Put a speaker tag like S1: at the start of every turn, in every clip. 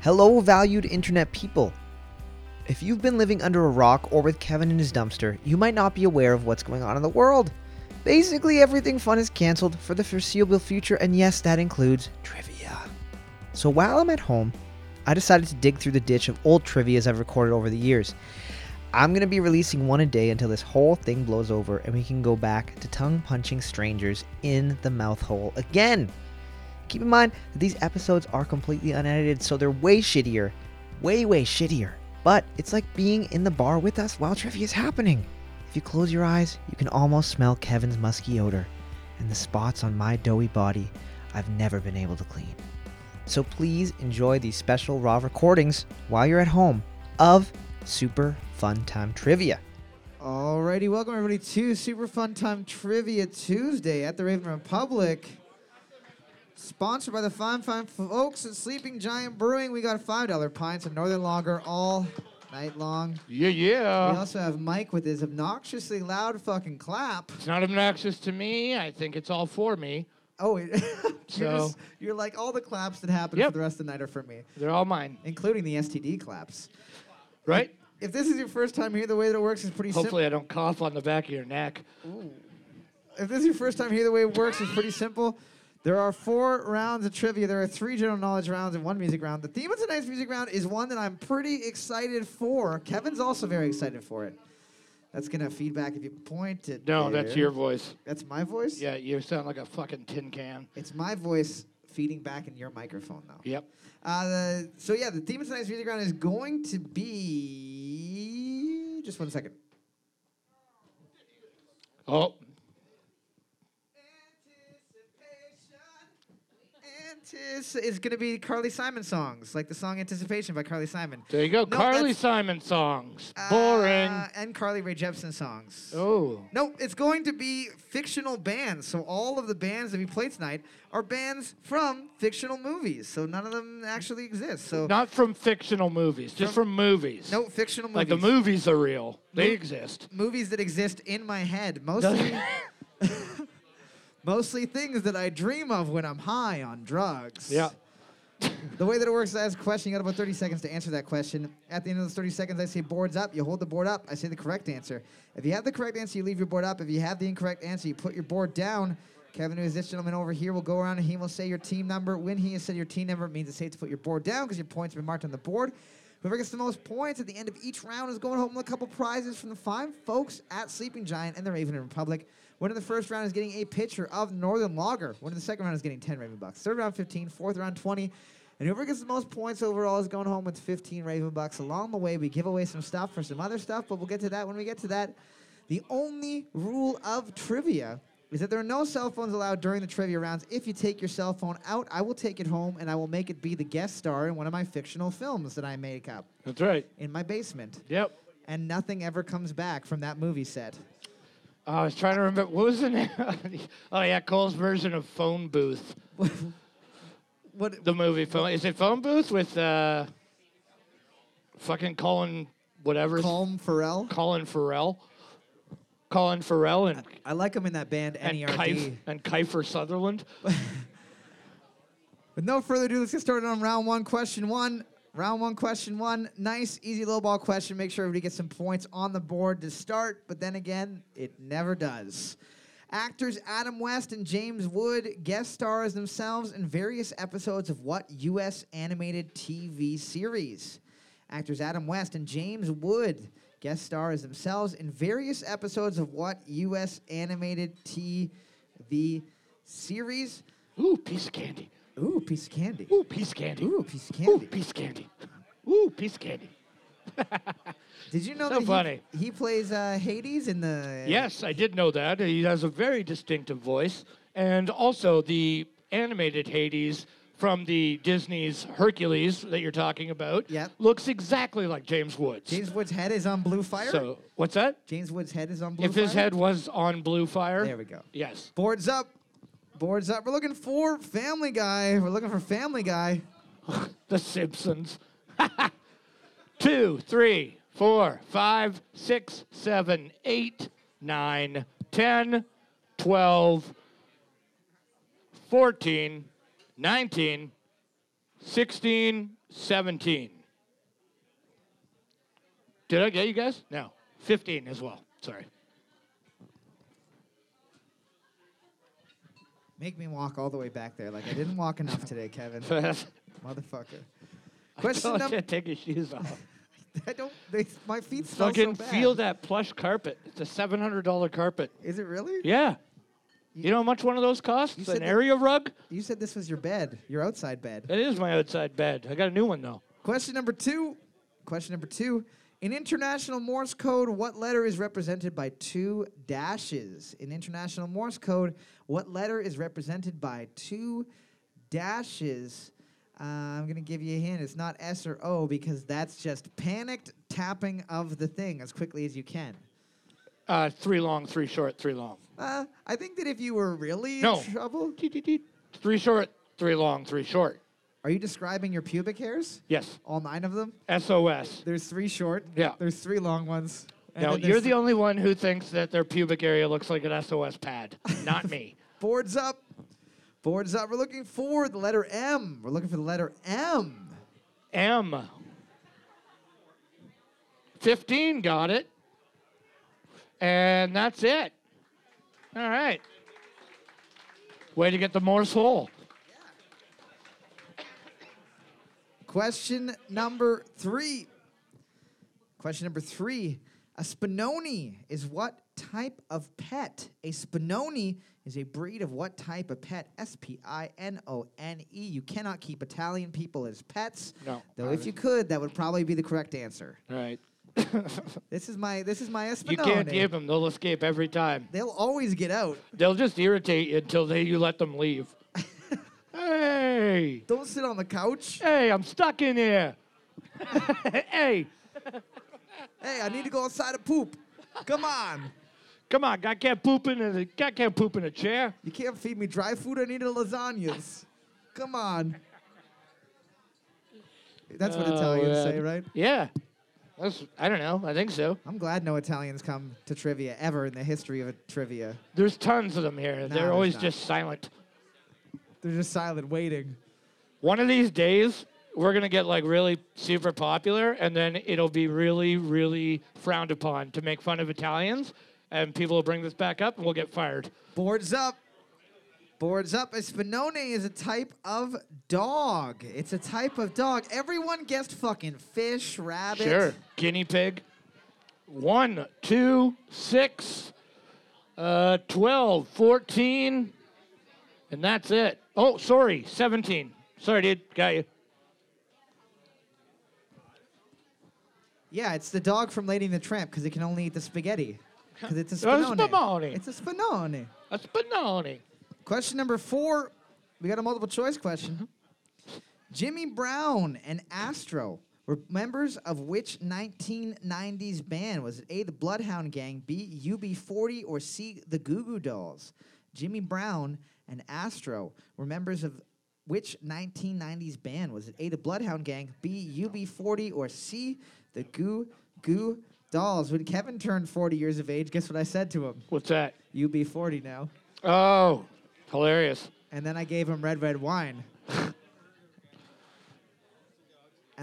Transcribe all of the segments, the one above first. S1: Hello, valued internet people. If you've been living under a rock or with Kevin in his dumpster, you might not be aware of what's going on in the world. Basically, everything fun is canceled for the foreseeable future, and yes, that includes trivia. So while I'm at home, I decided to dig through the ditch of old trivias I've recorded over the years. I'm going to be releasing one a day until this whole thing blows over and we can go back to tongue punching strangers in the mouth hole again. Keep in mind that these episodes are completely unedited, so they're way shittier. Way, way shittier. But it's like being in the bar with us while trivia is happening. If you close your eyes, you can almost smell Kevin's musky odor and the spots on my doughy body I've never been able to clean. So please enjoy these special raw recordings while you're at home of Super Fun Time Trivia. Alrighty, welcome everybody to Super Fun Time Trivia Tuesday at the Raven Republic. Sponsored by the fine, fine folks at Sleeping Giant Brewing. We got $5 pints of Northern Lager all night long.
S2: Yeah,
S1: we
S2: yeah.
S1: also have Mike with his obnoxiously loud fucking clap.
S2: It's not obnoxious to me. I think it's all for me.
S1: Oh, it, you're,
S2: So-
S1: just- you're like all the claps that happen
S2: Yep.
S1: for the rest of the night are for me,
S2: They're all mine,
S1: including the STD claps.
S2: right?
S1: If this is your first time here, the way that it works is pretty simple.
S2: Hopefully, I don't cough on the back of your neck.
S1: If this is your first time here, the way it works is pretty simple. There are four rounds of trivia. There are three general knowledge rounds and one music round. The theme of tonight's music round is one that I'm pretty excited for. Kevin's also very excited for it. That's gonna feedback if you point it.
S2: No, that's
S1: there.
S2: your voice.
S1: That's my voice.
S2: Yeah, you sound like a fucking tin can.
S1: It's my voice feeding back in your microphone though.
S2: Yep.
S1: Uh, the, so yeah, the theme of tonight's music round is going to be just one second.
S2: Oh,
S1: Antici- It's gonna be Carly Simon songs, like the song "Anticipation" by Carly Simon.
S2: there you go.
S1: No,
S2: Carly
S1: that's-
S2: Simon songs. Boring.
S1: Uh, and Carly Rae Jepsen songs.
S2: oh.
S1: No, it's going to be fictional bands. So all of the bands that we play tonight are bands from fictional movies. So none of them actually exist. So
S2: Not from fictional movies, just from, movies.
S1: no fictional movies.
S2: Like the movies are real, they
S1: Mo-
S2: exist.
S1: movies that exist in my head, mostly mostly things that I dream of when I'm high on drugs.
S2: yeah.
S1: The way that it works is I ask a question, you got about 30 seconds to answer that question. At the end of those 30 seconds, I say boards up, you hold the board up, I say the correct answer. If you have the correct answer, you leave your board up. If you have the incorrect answer, you put your board down. Kevin, who is this gentleman over here, will go around and he will say your team number. When he has said your team number, it means it's safe to put your board down because your points have been marked on the board. Whoever gets the most points at the end of each round is going home with a couple prizes from the fine folks at Sleeping Giant and the Raven Republic. Winner of the first round is getting a pitcher of Northern Lager. Winner of the second round is getting 10 Raven Bucks. Third round, 15. Fourth round, 20. And whoever gets the most points overall is going home with 15 Raven Bucks. Along the way, we give away some stuff for some other stuff, but we'll get to that when we get to that. The only rule of trivia is that there are no cell phones allowed during the trivia rounds. If you take your cell phone out, I will take it home and I will make it be the guest star in one of my fictional films that I make up
S2: That's right.
S1: in my basement.
S2: Yep.
S1: And nothing ever comes back from that movie set.
S2: Oh, I was trying to remember. What was the name? oh, yeah, Cole's version of Phone Booth.
S1: What?
S2: The movie phone is it phone booth with uh, fucking Colin whatever
S1: Calm Pharrell?
S2: Colin Farrell, Colin Farrell and
S1: I like him in that band, E
S2: and,
S1: NERD.
S2: Kiefer, and Kiefer Sutherland.
S1: With no further ado, let's get started on round one, question one. Round one, question one. Nice, easy low ball question. Make sure everybody gets some points on the board to start, but then again, it never does. Actors Adam West and James Wood guest stars themselves in various episodes of what U.S. animated TV series? Actors Adam West and James Wood guest stars themselves in various episodes of what U.S. animated TV series?
S2: Ooh, piece of candy.
S1: Ooh, piece of candy.
S2: Ooh, piece of candy.
S1: Ooh, piece of
S2: Ooh,
S1: candy.
S2: piece of candy. Ooh, piece of candy.
S1: Did you know
S2: So
S1: that he-
S2: funny.
S1: He, plays uh, Hades in the uh,
S2: Yes, I did know that. He has a very distinctive voice, and also the animated Hades from the Disney's Hercules that you're talking about.
S1: Yep.
S2: looks exactly like James Woods.
S1: James Woods' head is on blue fire.
S2: So what's that?
S1: James Woods' head is on blue
S2: If
S1: fire.
S2: his head was on blue fire.
S1: There we go.
S2: Yes.
S1: Boards up. Boards up. We're looking for Family Guy. We're looking for Family Guy.
S2: The Simpsons. Two, three, four, five, six, seven, eight, nine, ten, twelve, fourteen, nineteen, 16, 17. Did I get you guys? No. 15 as well. Sorry.
S1: Make me walk all the way back there. Like I didn't walk enough today, Kevin. Motherfucker. Question
S2: Don't
S1: number.
S2: take your shoes off.
S1: I don't. They, my feet smell so
S2: Fucking
S1: bad.
S2: feel that plush carpet. It's a $700 carpet.
S1: Is it really?
S2: Yeah. You know how much one of those costs?
S1: You
S2: An
S1: said that-
S2: area rug?
S1: You said this was your bed, your outside bed.
S2: That is my outside bed. I got a new one though.
S1: Question number two. Question number two. In international Morse code, what letter is represented by two dashes? In international Morse code, what letter is represented by two dashes? Uh, I'm going to give you a hint. It's not S or O because that's just panicked tapping of the thing as quickly as you can.
S2: Uh, three long, three short, three long.
S1: Uh, I think that if you were really
S2: No.
S1: in trouble,
S2: Teet, teet, teet. Three short, three long, three short.
S1: are you describing your pubic hairs?
S2: Yes.
S1: All nine of them?
S2: SOS.
S1: There's three short.
S2: Yeah.
S1: There's three long ones. and
S2: now
S1: then
S2: you're
S1: there's
S2: the only one who thinks that their pubic area looks like an SOS pad. Not me.
S1: Boards up. Boards up. We're looking for the letter M. We're looking for the letter M.
S2: M. Fifteen got it. And that's it. All right. Way to get the Morse hole.
S1: Question number three. Question number three. A Spinoni is what type of pet? A Spinoni is a breed of what type of pet? S P I N O N E. You cannot keep Italian people as pets.
S2: No,
S1: Though if you could, that would probably be the correct answer.
S2: All right.
S1: This is my this is my Espinoni.
S2: You can't give them. They'll escape every time.
S1: They'll always get out.
S2: They'll just irritate you until they, you let them leave. hey,
S1: Don't sit on the couch.
S2: hey, I'm stuck in here. hey,
S1: Hey, I need to go outside to poop. Come on.
S2: come on, I can't poop in a, I can't poop in a chair.
S1: You can't feed me dry food. I need a lasagnas. Come on. That's what
S2: Oh,
S1: Italians
S2: man.
S1: say, right?
S2: Yeah, that's I don't know. I think so.
S1: I'm glad no Italians come to trivia ever in the history of trivia.
S2: There's tons of them here.
S1: there's
S2: They're always
S1: not.
S2: just silent.
S1: They're just silent, waiting.
S2: One of these days, we're gonna get like really super popular, and then it'll be really, really frowned upon to make fun of Italians, and people will bring this back up, and we'll get fired.
S1: Boards up. Boards up. A Spinone is a type of dog. It's a type of dog. Everyone guessed fucking fish, rabbit.
S2: Sure. Guinea pig. One, two, six, uh, 12, 14, and that's it. Oh, sorry, 17. Sorry, dude. Got you.
S1: Yeah, it's the dog from Lady and the Tramp because it can only eat the spaghetti. Because it's a
S2: Oh,
S1: Spinone.
S2: Spumoni.
S1: It's a Spinone.
S2: A spinoni.
S1: Question number four. We got a multiple choice question. Jimmy Brown and Astro were members of which 1990s band? Was it A, the Bloodhound Gang, B, UB40, or C, the Goo Goo Dolls? Jimmy Brown and Astro were members of which 1990s band? Was it A, the Bloodhound Gang, B, UB40, or C, the Goo Goo Dolls? When Kevin turned 40 years of age, guess what I said to him?
S2: What's that?
S1: UB40 now.
S2: Oh, hilarious.
S1: And then I gave him red, red wine. and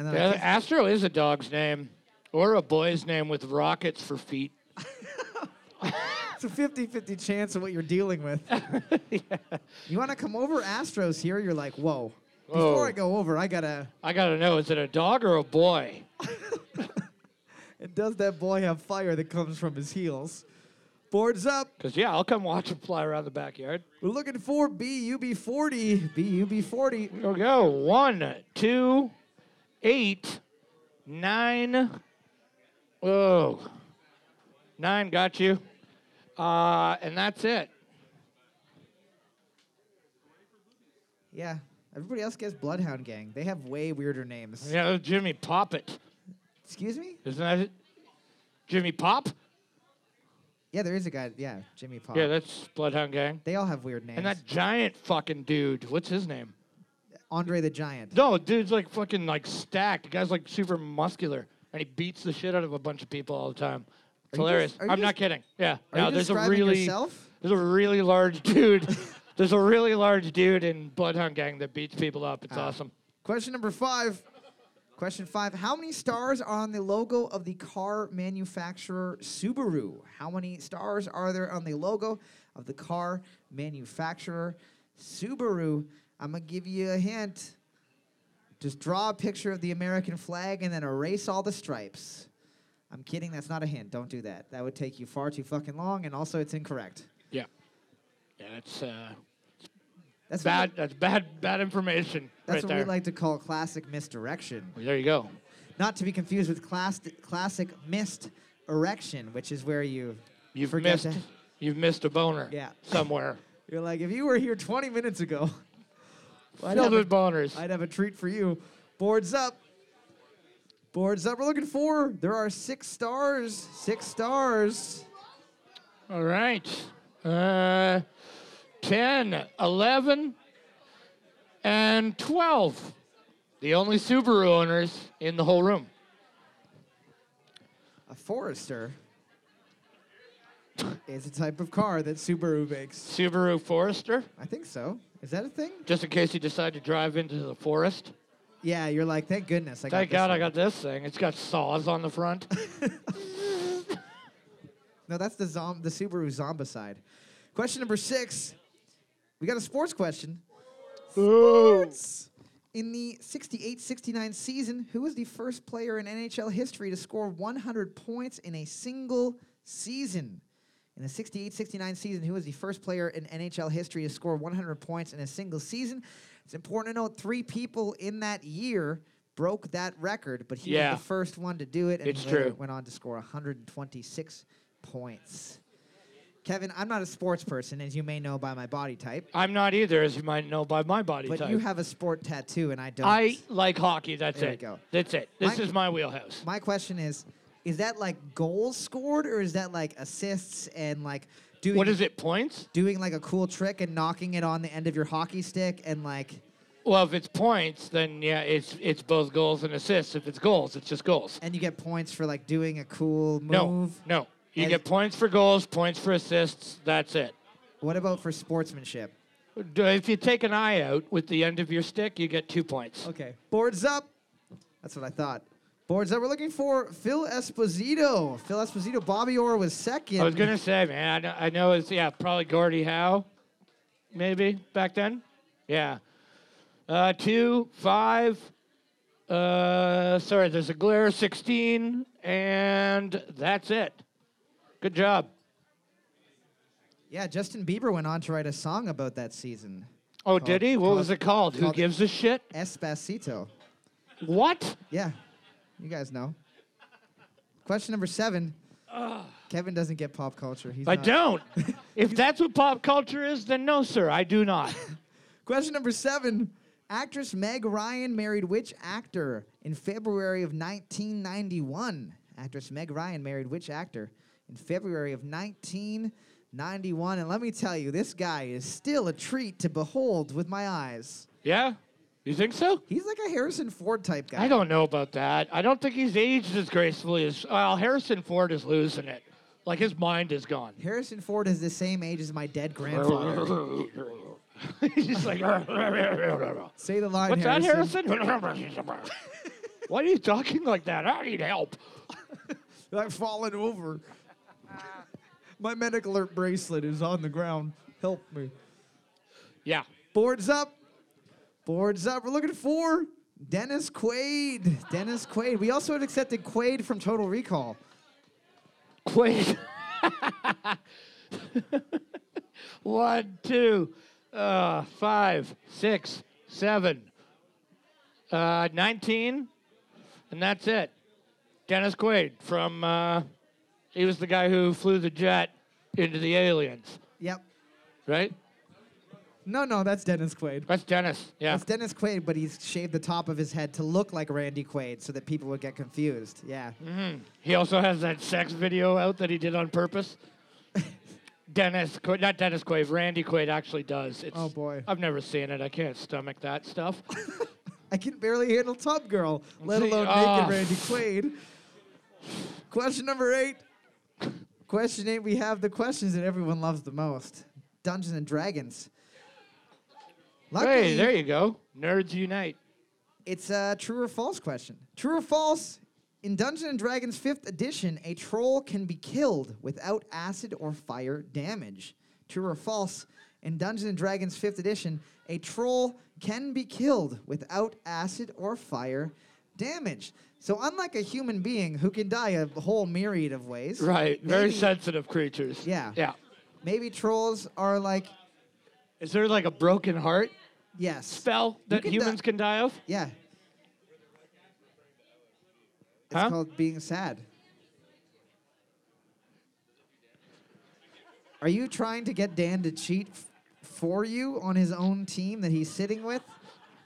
S1: then I
S2: Yeah,
S1: kissed-
S2: Astro is a dog's name or a boy's name with rockets for feet.
S1: it's a 50 50 chance of what you're dealing with. You want to come over? Astros here. You're like, whoa. Before
S2: Whoa.
S1: I go over, I got to.
S2: I gotta know, is it a dog or a boy?
S1: And does that boy have fire that comes from his heels? Boards up.
S2: Because, yeah, I'll come watch him fly around the backyard.
S1: We're looking for BUB40. BUB40.
S2: Here we go. One, two, eight, nine. Whoa. Nine got you. Uh, and that's it.
S1: Yeah. Everybody else gets Bloodhound Gang. They have way weirder names.
S2: Yeah, that was Jimmy Poppet.
S1: Excuse me?
S2: Isn't that it? Jimmy Pop?
S1: Yeah, there is a guy. Yeah, Jimmy Pop.
S2: Yeah, that's Bloodhound Gang.
S1: they all have weird names.
S2: And that giant fucking dude. What's his name?
S1: Andre the Giant.
S2: No, dude's like fucking like stacked. The guy's like super muscular. And he beats the shit out of a bunch of people all the time. It's
S1: Are you
S2: hilarious.
S1: just- are you
S2: I'm not
S1: just-
S2: kidding. Yeah.
S1: Are
S2: no,
S1: you
S2: there's a
S1: describing
S2: really
S1: yourself?
S2: There's a really large dude. There's a really large dude in Bloodhound Gang that beats people up. It's
S1: Ah.
S2: awesome.
S1: Question number five. Question five. How many stars are on the logo of the car manufacturer Subaru? How many stars are there on the logo of the car manufacturer Subaru? I'm going to give you a hint. Just draw a picture of the American flag and then erase all the stripes. I'm kidding. That's not a hint. Don't do that. That would take you far too fucking long, and also it's incorrect.
S2: Yeah. Yeah, that's uh,
S1: That's What,
S2: bad.
S1: we-
S2: That's bad. Bad information
S1: that's
S2: right
S1: what
S2: there.
S1: we like to call classic misdirection.
S2: there you go.
S1: Not to be confused with class, classic missed erection, which is where you
S2: You've
S1: forget
S2: missed.
S1: to-
S2: You've missed a boner.
S1: Yeah.
S2: Somewhere.
S1: You're like, if you were here 20 minutes ago, well, I'd, have
S2: Filled with
S1: a,
S2: boners.
S1: I'd have a treat for you. Boards up. Boards up. We're looking for. There are six stars. Six stars.
S2: All right. Uh, 10, 11, and 12. The only Subaru owners in the whole room.
S1: A Forester is a type of car that Subaru makes.
S2: Subaru Forester,
S1: I think so. Is that a thing?
S2: just in case you decide to drive into the forest.
S1: Yeah, you're like, thank goodness. I
S2: Thank
S1: got
S2: God
S1: this
S2: I got this thing. It's got saws on the front.
S1: No, that's the zom- the Subaru Zombicide. Question number six. We got a sports question. Sports. In the 68-69 season, who was the first player in NHL history to score 100 points in a single season? In the 68-69 season, who was the first player in NHL history to score 100 points in a single season? It's important to note three people in that year broke that record, but he
S2: Yeah.
S1: was the first one to do it, and
S2: It's
S1: he later
S2: true.
S1: went on to score 126 points. Kevin, I'm not a sports person, as you may know by my body type,
S2: I'm not either, as you might know by my body
S1: but
S2: type.
S1: you have a sport tattoo, and I don't.
S2: I like hockey. That's
S1: There we
S2: it.
S1: go.
S2: That's it. This
S1: My-
S2: is my wheelhouse.
S1: My question is, is that like goals scored, or is that like assists and like doing
S2: What is it? Points?
S1: doing like a cool trick and knocking it on the end of your hockey stick and like
S2: Well, if it's points, then yeah, it's it's both goals and assists. If it's goals, it's just goals.
S1: and you get points for like doing a cool
S2: No,
S1: move?
S2: no. You
S1: As-
S2: get points for goals, points for assists. That's it.
S1: What about for sportsmanship?
S2: D- If you take an eye out with the end of your stick, you get two points.
S1: Okay. Boards up. That's what I thought. Boards up. We're looking for Phil Esposito. Phil Esposito. Bobby Orr was second.
S2: I was gonna say, man, I know, I know it's yeah, probably Gordie Howe, maybe back then. Yeah, uh, two, five. Uh, sorry, there's a glare sixteen, and that's it. Good job.
S1: Yeah, Justin Bieber went on to write a song about that season.
S2: Oh, did he? What
S1: called-
S2: was it called? Who
S1: called-
S2: gives a shit?
S1: Espacito.
S2: What?
S1: Yeah, you guys know. Question number seven. Kevin doesn't get pop culture. He's
S2: I
S1: not-
S2: don't. if that's what pop culture is, then no, sir, I do not.
S1: Question number seven. Actress Meg Ryan married which actor in February of 1991? Actress Meg Ryan married which actor in February of 1991? And let me tell you, this guy is still a treat to behold with my eyes.
S2: yeah? You think so?
S1: He's like a Harrison Ford type guy.
S2: I don't know about that. I don't think he's aged as gracefully as. Well, Harrison Ford is losing it. Like his mind is gone.
S1: Harrison Ford is the same age as my dead grandfather.
S2: he's just like. What's
S1: Say the line,
S2: that,
S1: Harrison.
S2: Harrison? Why are you talking like that? I need help.
S1: I've fallen over.
S2: Ah.
S1: my medic alert bracelet is on the ground. Help me.
S2: Yeah.
S1: Boards up. Boards up. We're looking for Dennis Quaid. Dennis Quaid. We also had accepted Quaid from Total Recall.
S2: Quaid. One, two, uh, five, six, seven, uh, 19, and that's it. Dennis Quaid from, uh, he was the guy who flew the jet into the aliens,
S1: Yep.
S2: right?
S1: No, no, that's Dennis Quaid.
S2: That's Dennis, yeah.
S1: That's Dennis Quaid, but he's shaved the top of his head to look like Randy Quaid so that people would get confused. Yeah.
S2: Mm-hmm. He also has that sex video out that he did on purpose. Dennis, Quaid, not Dennis Quaid, Randy Quaid actually does. It's,
S1: Oh, boy.
S2: I've never seen it. I can't stomach that stuff.
S1: I can barely handle Tub Girl, let
S2: See,
S1: alone
S2: ah.
S1: naked Randy Quaid. Question number eight. Question eight, we have the questions that everyone loves the most Dungeons and Dragons. Luckily,
S2: Hey, there you go. Nerds unite.
S1: It's a true or false question. True or false? In Dungeons and Dragons 5th edition, a troll can be killed without acid or fire damage. True or false? In Dungeons and Dragons 5th edition, a troll can be killed without acid or fire damage. So, unlike a human being who can die a whole myriad of ways,
S2: Right. Very
S1: maybe-
S2: sensitive creatures.
S1: Yeah.
S2: Yeah.
S1: Maybe trolls are like,
S2: Is there like a broken heart
S1: yes.
S2: spell that
S1: can die-
S2: humans can die of?
S1: yeah. It's
S2: Huh?
S1: called being sad. Are you trying to get Dan to cheat f- for you on his own team that he's sitting with?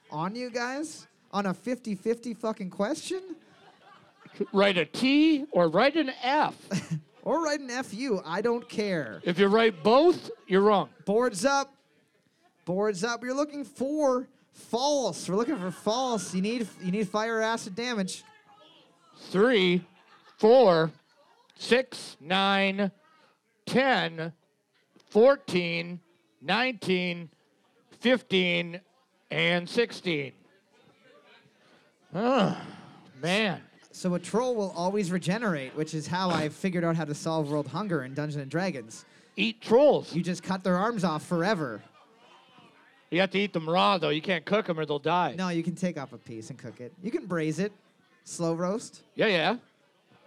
S1: On you guys? On a 50 50 fucking question?
S2: Write a T or write an F.
S1: Or write an FU? I don't care.
S2: if you write both, you're wrong.
S1: Boards up. Boards up. You're looking for false. We're looking for false. You need you need fire acid damage.
S2: Three, four, six, nine, ten, fourteen, nineteen, fifteen, and sixteen. Oh, man.
S1: So a troll will always regenerate, which is how I figured out how to solve world hunger in Dungeons and Dragons.
S2: Eat trolls.
S1: You just cut their arms off forever.
S2: You have to eat them raw, though. You can't cook them or they'll die.
S1: No, you can take off a piece and cook it. You can braise it. Slow roast.
S2: Yeah, yeah.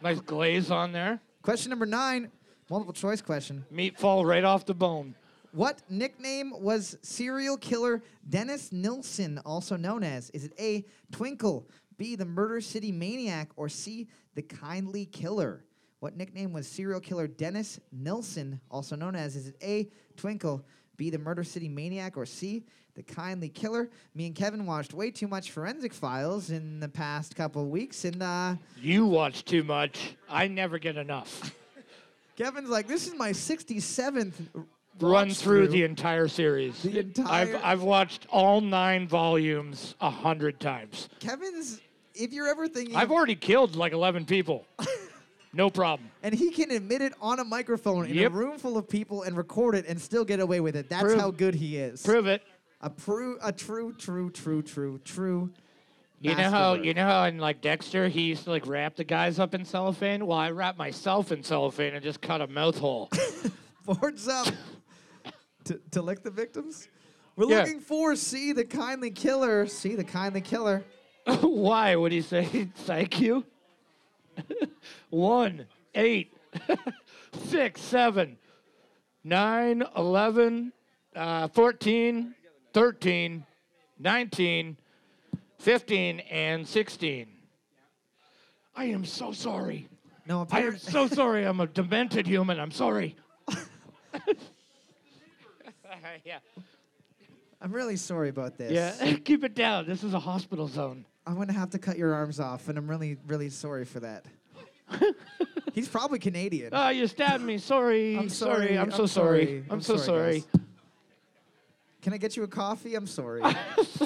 S2: Nice glaze on there.
S1: Question number nine, multiple choice question.
S2: Meat fall right off the bone.
S1: What nickname was serial killer Dennis Nilsson also known as? Is it A, Twinkle, B, the Murder City Maniac, or C, the Kindly Killer? What nickname was serial killer Dennis Nilsson also known as? Is it A, Twinkle, B, the Murder City Maniac, or C, the Kindly Killer? Me and Kevin watched way too much forensic files in the past couple weeks, and uh,
S2: You watch too much. I never get enough.
S1: Kevin's like, this is my 67th.
S2: Run
S1: watch
S2: through the entire series.
S1: The
S2: I've,
S1: entire-
S2: I've watched all nine volumes a hundred times.
S1: Kevin's, if you're ever thinking.
S2: I've already killed like 11 people. No problem.
S1: And he can admit it on a microphone in
S2: Yep.
S1: a room full of people and record it and still get away with it. That's
S2: Prove-
S1: how good he is.
S2: Prove it.
S1: A, pru- a true, true, true, true, true.
S2: You know how
S1: master.
S2: you know how in like Dexter he used to like wrap the guys up in cellophane? Well, I wrap myself in cellophane and just cut a mouth hole.
S1: Boards up to, to lick the victims. We're
S2: Yeah.
S1: looking for C, the kindly killer. C, the kindly killer.
S2: Why would he say thank you? One, eight, six, seven, nine, eleven, uh, fourteen, thirteen, nineteen, fifteen, and sixteen. I am so sorry.
S1: No,
S2: I am
S1: apparently.
S2: so sorry. I'm a demented human. I'm sorry. yeah.
S1: I'm really sorry about this.
S2: Yeah. Keep it down. This is a hospital zone.
S1: I'm going to have to cut your arms off, and I'm really, really sorry for that. He's probably Canadian.
S2: Oh, you stabbed me. Sorry.
S1: I'm sorry.
S2: I'm so
S1: I'm
S2: sorry.
S1: sorry.
S2: I'm
S1: I'm
S2: so
S1: sorry,
S2: sorry.
S1: Can I get you a coffee? I'm sorry.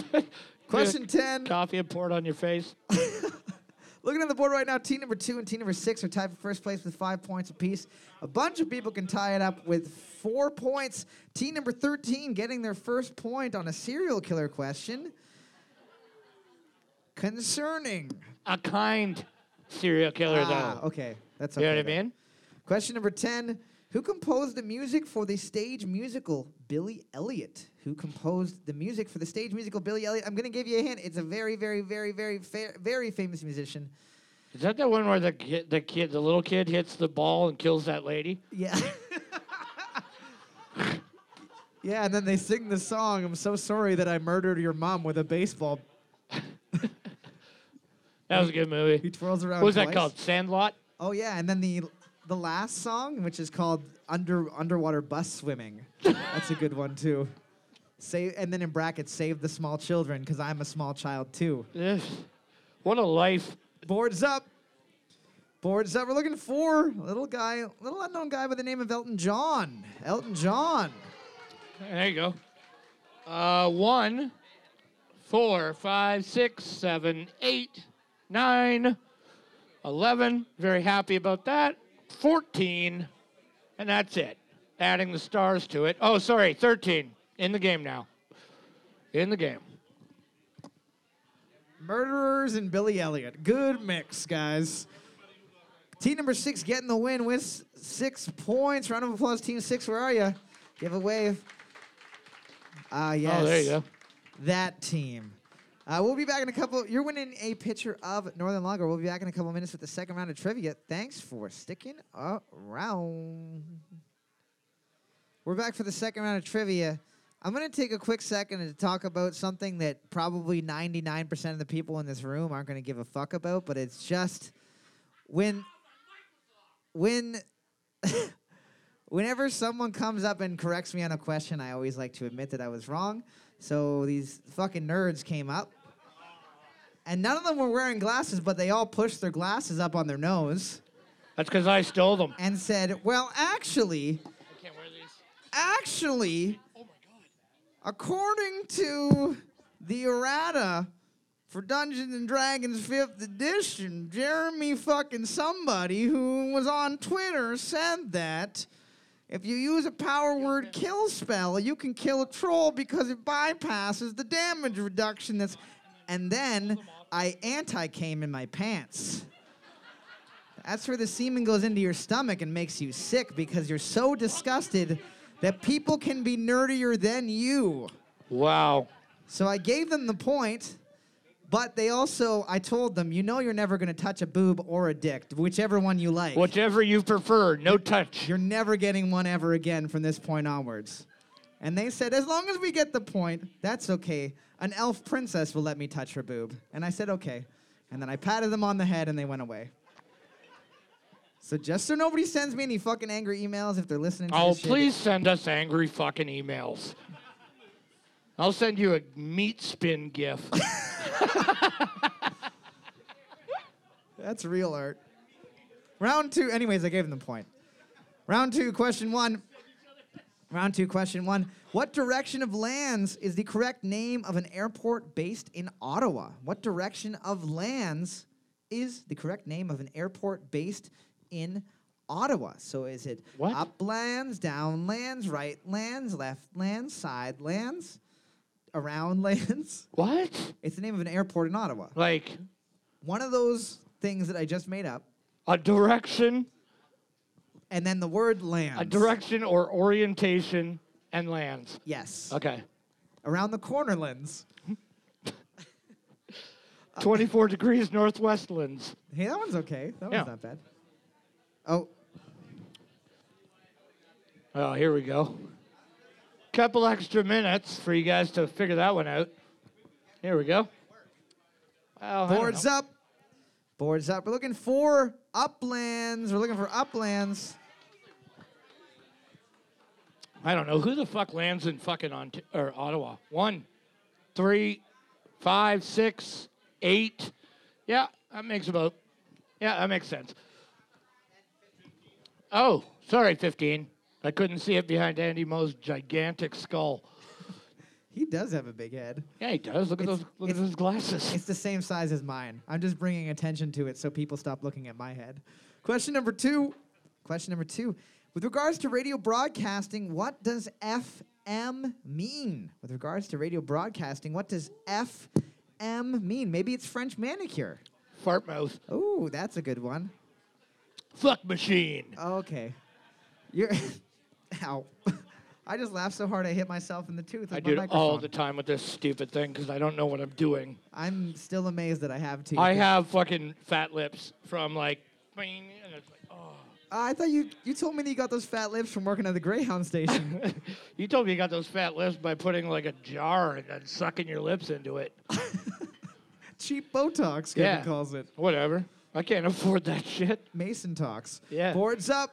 S1: Question 10.
S2: Coffee and poured on your face.
S1: Looking at the board right now, team number two and team number six are tied for first place with five points apiece. A bunch of people can tie it up with four points. Team number 13 getting their first point on a serial killer question concerning.
S2: A kind serial killer,
S1: Ah,
S2: though.
S1: okay. That's
S2: You
S1: okay.
S2: know what I
S1: then.
S2: mean?
S1: Question number 10 Who composed the music for the stage musical Billy Elliot? Who composed the music for the stage musical Billy Elliot? I'm going to give you a hint. It's a very, very, very, very, fa- very famous musician.
S2: Is that the one where the kid, the kid, the little kid hits the ball and kills that lady?
S1: Yeah. yeah, and then they sing the song, I'm so sorry that I murdered your mom with a baseball.
S2: That was a good movie.
S1: He twirls around.
S2: What was that
S1: twice.
S2: called? Sandlot.
S1: Oh yeah, and then the the last song, which is called Under Underwater Bus Swimming. That's a good one too. Save and then in brackets, save the small children, because I'm a small child too.
S2: Ugh. What a life.
S1: Boards up. Boards up. We're looking for a little guy, little unknown guy by the name of Elton John. Elton John.
S2: There you go. Uh, one, four, five, six, seven, eight, nine, eleven. Very happy about that. Fourteen, and that's it. Adding the stars to it. Oh, sorry, thirteen. In the game now. In the game.
S1: Murderers and Billy Elliot. Good mix, guys. Team number six getting the win with s- six points. Round of applause, Team Six. Where are you? Give a wave. Ah, yes.
S2: Oh, there you go.
S1: That team. Uh, we'll be back in a couple. You're winning a picture of Northern Lager. We'll be back in a couple minutes with the second round of trivia. Thanks for sticking around. We're back for the second round of trivia. I'm going to take a quick second to talk about something that probably 99% of the people in this room aren't going to give a fuck about, but it's just when when whenever someone comes up and corrects me on a question, I always like to admit that I was wrong. So these fucking nerds came up. And none of them were wearing glasses, but they all pushed their glasses up on their nose
S2: That's because I stole them.
S1: and said, "Well, actually,
S2: I can't wear these.
S1: actually, according to the errata for Dungeons and Dragons 5th edition, Jeremy fucking somebody who was on Twitter said that if you use a power word kill spell, you can kill a troll because it bypasses the damage reduction that's. And then I anti came in my pants. That's where the semen goes into your stomach and makes you sick because you're so disgusted that people can be nerdier than you.
S2: Wow.
S1: So I gave them the point, but they also, I told them, you know, you're never going to touch a boob or a dick, whichever one you like.
S2: Whichever you prefer, no touch.
S1: You're never getting one ever again from this point onwards. And they said, as long as we get the point, that's okay. An elf princess will let me touch her boob. And I said, okay. And then I patted them on the head and they went away. So just so nobody sends me any fucking angry emails if they're listening to
S2: Oh,
S1: this shit.
S2: please send us angry fucking emails. I'll send you a meat spin gif.
S1: That's real art. Round two. Anyways, I gave them the point. Round two, question one. Round two, question one. What direction of lands is the correct name of an airport based in Ottawa? What direction of lands is the correct name of an airport based in Ottawa? So is it
S2: What?
S1: uplands, downlands, right lands, left lands, side lands, around lands?
S2: what?
S1: It's the name of an airport in Ottawa.
S2: Like
S1: One of those things that I just made up.
S2: a direction,
S1: and then the word lands.
S2: a direction or orientation and lands.
S1: Yes.
S2: Okay.
S1: Around the corner lens.
S2: 24 degrees northwest lands.
S1: Hey, that one's okay. That one's
S2: Yeah.
S1: not bad. Oh,
S2: Oh, here we go. Couple extra minutes for you guys to figure that one out. Here we go. Well, I don't
S1: boards
S2: know.
S1: up. Boards up. We're looking for uplands. We're looking for uplands.
S2: I don't know who the fuck lands in fucking Ont- or Ottawa. One, three, five, six, eight. Yeah, that makes about. Yeah, that makes sense. Oh, sorry, fifteen. I couldn't see it behind Andy Moe's gigantic skull.
S1: He does have a big head.
S2: Yeah, he does. Look at
S1: It's-
S2: those. Look at
S1: it's-
S2: those glasses.
S1: It's the same size as mine. I'm just bringing attention to it so people stop looking at my head. Question number two. Question number two. With regards to radio broadcasting, what does FM mean? With regards to radio broadcasting, what does FM mean? Maybe it's French manicure.
S2: Fart mouth.
S1: Oh, that's a good one.
S2: Fuck
S1: Uh,
S2: machine.
S1: Okay. You're. Ow. I just laughed so hard I hit myself in the tooth. With
S2: I
S1: my
S2: do it
S1: microphone.
S2: all the time with this stupid thing because I don't know what I'm doing.
S1: I'm still amazed that I have teeth.
S2: I have fucking fat lips from like, and it's like, oh.
S1: I thought you you told me that you got those fat lips from working at the Greyhound station.
S2: you told me you got those fat lips by putting like a jar and then sucking your lips into it.
S1: Cheap Botox, Kevin
S2: Yeah.
S1: calls it.
S2: Whatever. I can't afford that shit.
S1: Mason talks.
S2: Yeah.
S1: Boards up.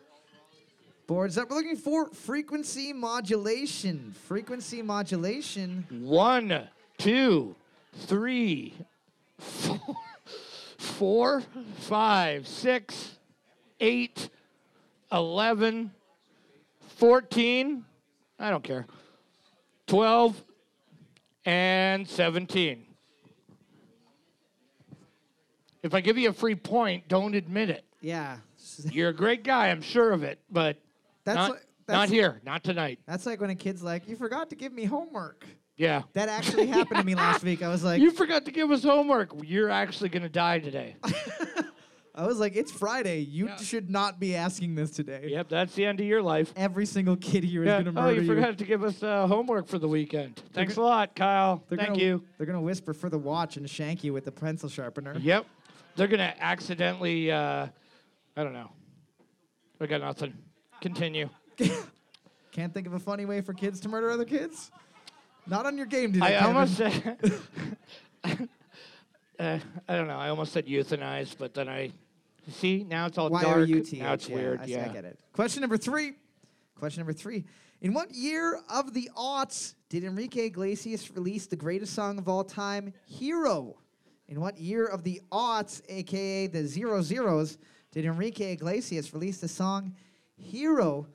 S1: Boards up. We're looking for frequency modulation. Frequency modulation.
S2: One, two, three, four, four, five, six, eight, eleven, fourteen. I don't care. Twelve and seventeen. If I give you a free point, don't admit it.
S1: Yeah.
S2: You're a great guy, I'm sure of it, but
S1: That's
S2: not,
S1: what-
S2: not
S1: that's-
S2: here, not tonight.
S1: That's like when a kid's like, "You forgot to give me homework."
S2: Yeah.
S1: That actually happened to me last week. I was like,
S2: you forgot to give us homework. You're actually going to die today.
S1: I was like, it's Friday. You
S2: Yeah.
S1: should not be asking this today.
S2: yep, that's the end of your life.
S1: Every single kid here is
S2: Yeah.
S1: gonna murder
S2: Oh, you forgot to give us uh, homework for the weekend. Thanks a lot, Kyle.
S1: They're
S2: Thank
S1: gonna,
S2: you.
S1: They're gonna whisper for the watch and shank you with the pencil sharpener.
S2: Yep. They're going to accidentally, uh, I don't know. I got nothing. Continue.
S1: Can't think of a funny way for kids to murder other kids. Not on your game today.
S2: I
S1: Kevin.
S2: almost said, uh, I don't know. I almost said euthanize, but then I see now it's all
S1: Why
S2: dark.
S1: are you TH?
S2: Now it's
S1: Yeah,
S2: weird.
S1: I, see, I
S2: yeah.
S1: get it. Question number three. Question number three. In what year of the aughts did Enrique Iglesias release the greatest song of all time, Hero? In what year of the aughts, aka the zero zeros, did Enrique Iglesias release the song Hero?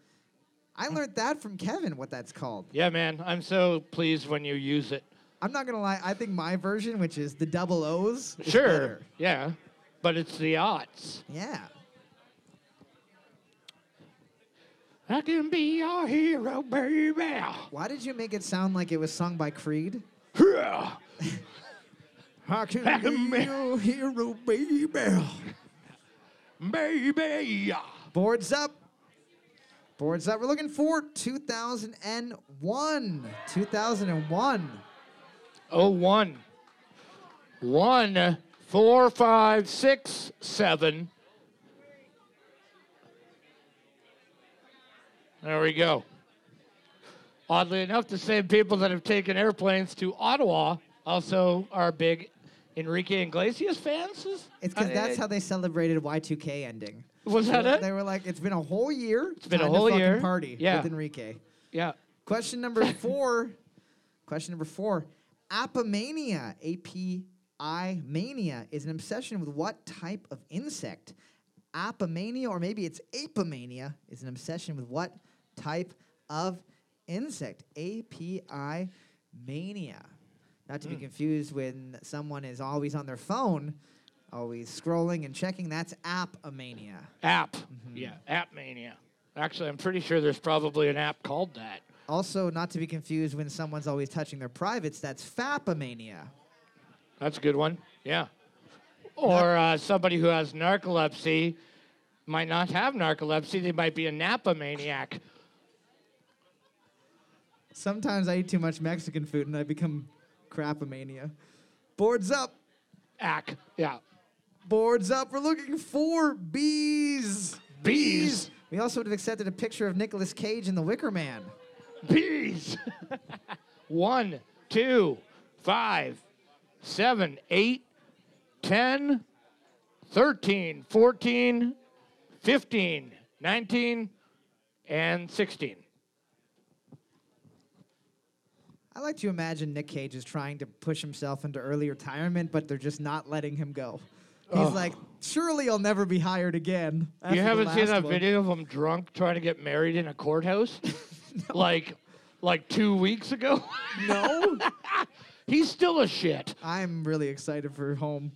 S1: I learned that from Kevin, what that's called.
S2: Yeah, man. I'm so pleased when you use it.
S1: I'm not gonna lie, I think my version, which is the double O's, is
S2: sure.
S1: better.
S2: Yeah. But it's the odds.
S1: Yeah.
S2: I can be your hero, baby.
S1: Why did you make it sound like it was sung by Creed?
S2: Hurrah.
S1: I can
S2: Back in
S1: be
S2: me-
S1: your hero, baby.
S2: Baby.
S1: Boards up. Boards up. We're looking for 2001. 2001.
S2: Oh, one. One, four, five, six, seven. There we go. Oddly enough, the same people that have taken airplanes to Ottawa also are big Enrique Iglesias fans. is-
S1: It's because
S2: I-
S1: that's how they celebrated Y2K ending.
S2: Was that it?
S1: They were like, it's been a whole year. It's
S2: been a
S1: time to
S2: whole
S1: fucking
S2: year.
S1: Party
S2: Yeah.
S1: with Enrique.
S2: Yeah.
S1: Question number four. Question number four. Apomania, A P I mania, is an obsession with what type of insect? Apomania, or maybe it's apomania, is an obsession with what type of insect? A P I mania. Not to be confused when someone is always on their phone, always scrolling and checking. That's apomania.
S2: App.
S1: Mm-hmm.
S2: Yeah. App mania. Actually, I'm pretty sure there's probably an app called that.
S1: Also, not to be confused when someone's always touching their privates. That's fapomania.
S2: That's a good one. Yeah. Or uh, somebody who has narcolepsy might not have narcolepsy. They might be a Napa maniac.
S1: Sometimes I eat too much Mexican food and I become crapomania. Boards up,
S2: Ack. Yeah.
S1: boards up. We're looking for bees.
S2: Bees.
S1: We also would have accepted a picture of Nicolas Cage in The Wicker Man.
S2: Bees. one, two, five, seven, eight, ten, thirteen, fourteen, fifteen, nineteen, and 16.
S1: I like to imagine Nick Cage is trying to push himself into early retirement, but they're just not letting him go. He's
S2: Ugh.
S1: like, surely I'll never be hired again. after
S2: you
S1: the
S2: haven't seen
S1: last
S2: that
S1: one."
S2: video of him drunk trying to get married in a courthouse? Like like two weeks ago?
S1: No.
S2: He's still a shit.
S1: I'm really excited for home.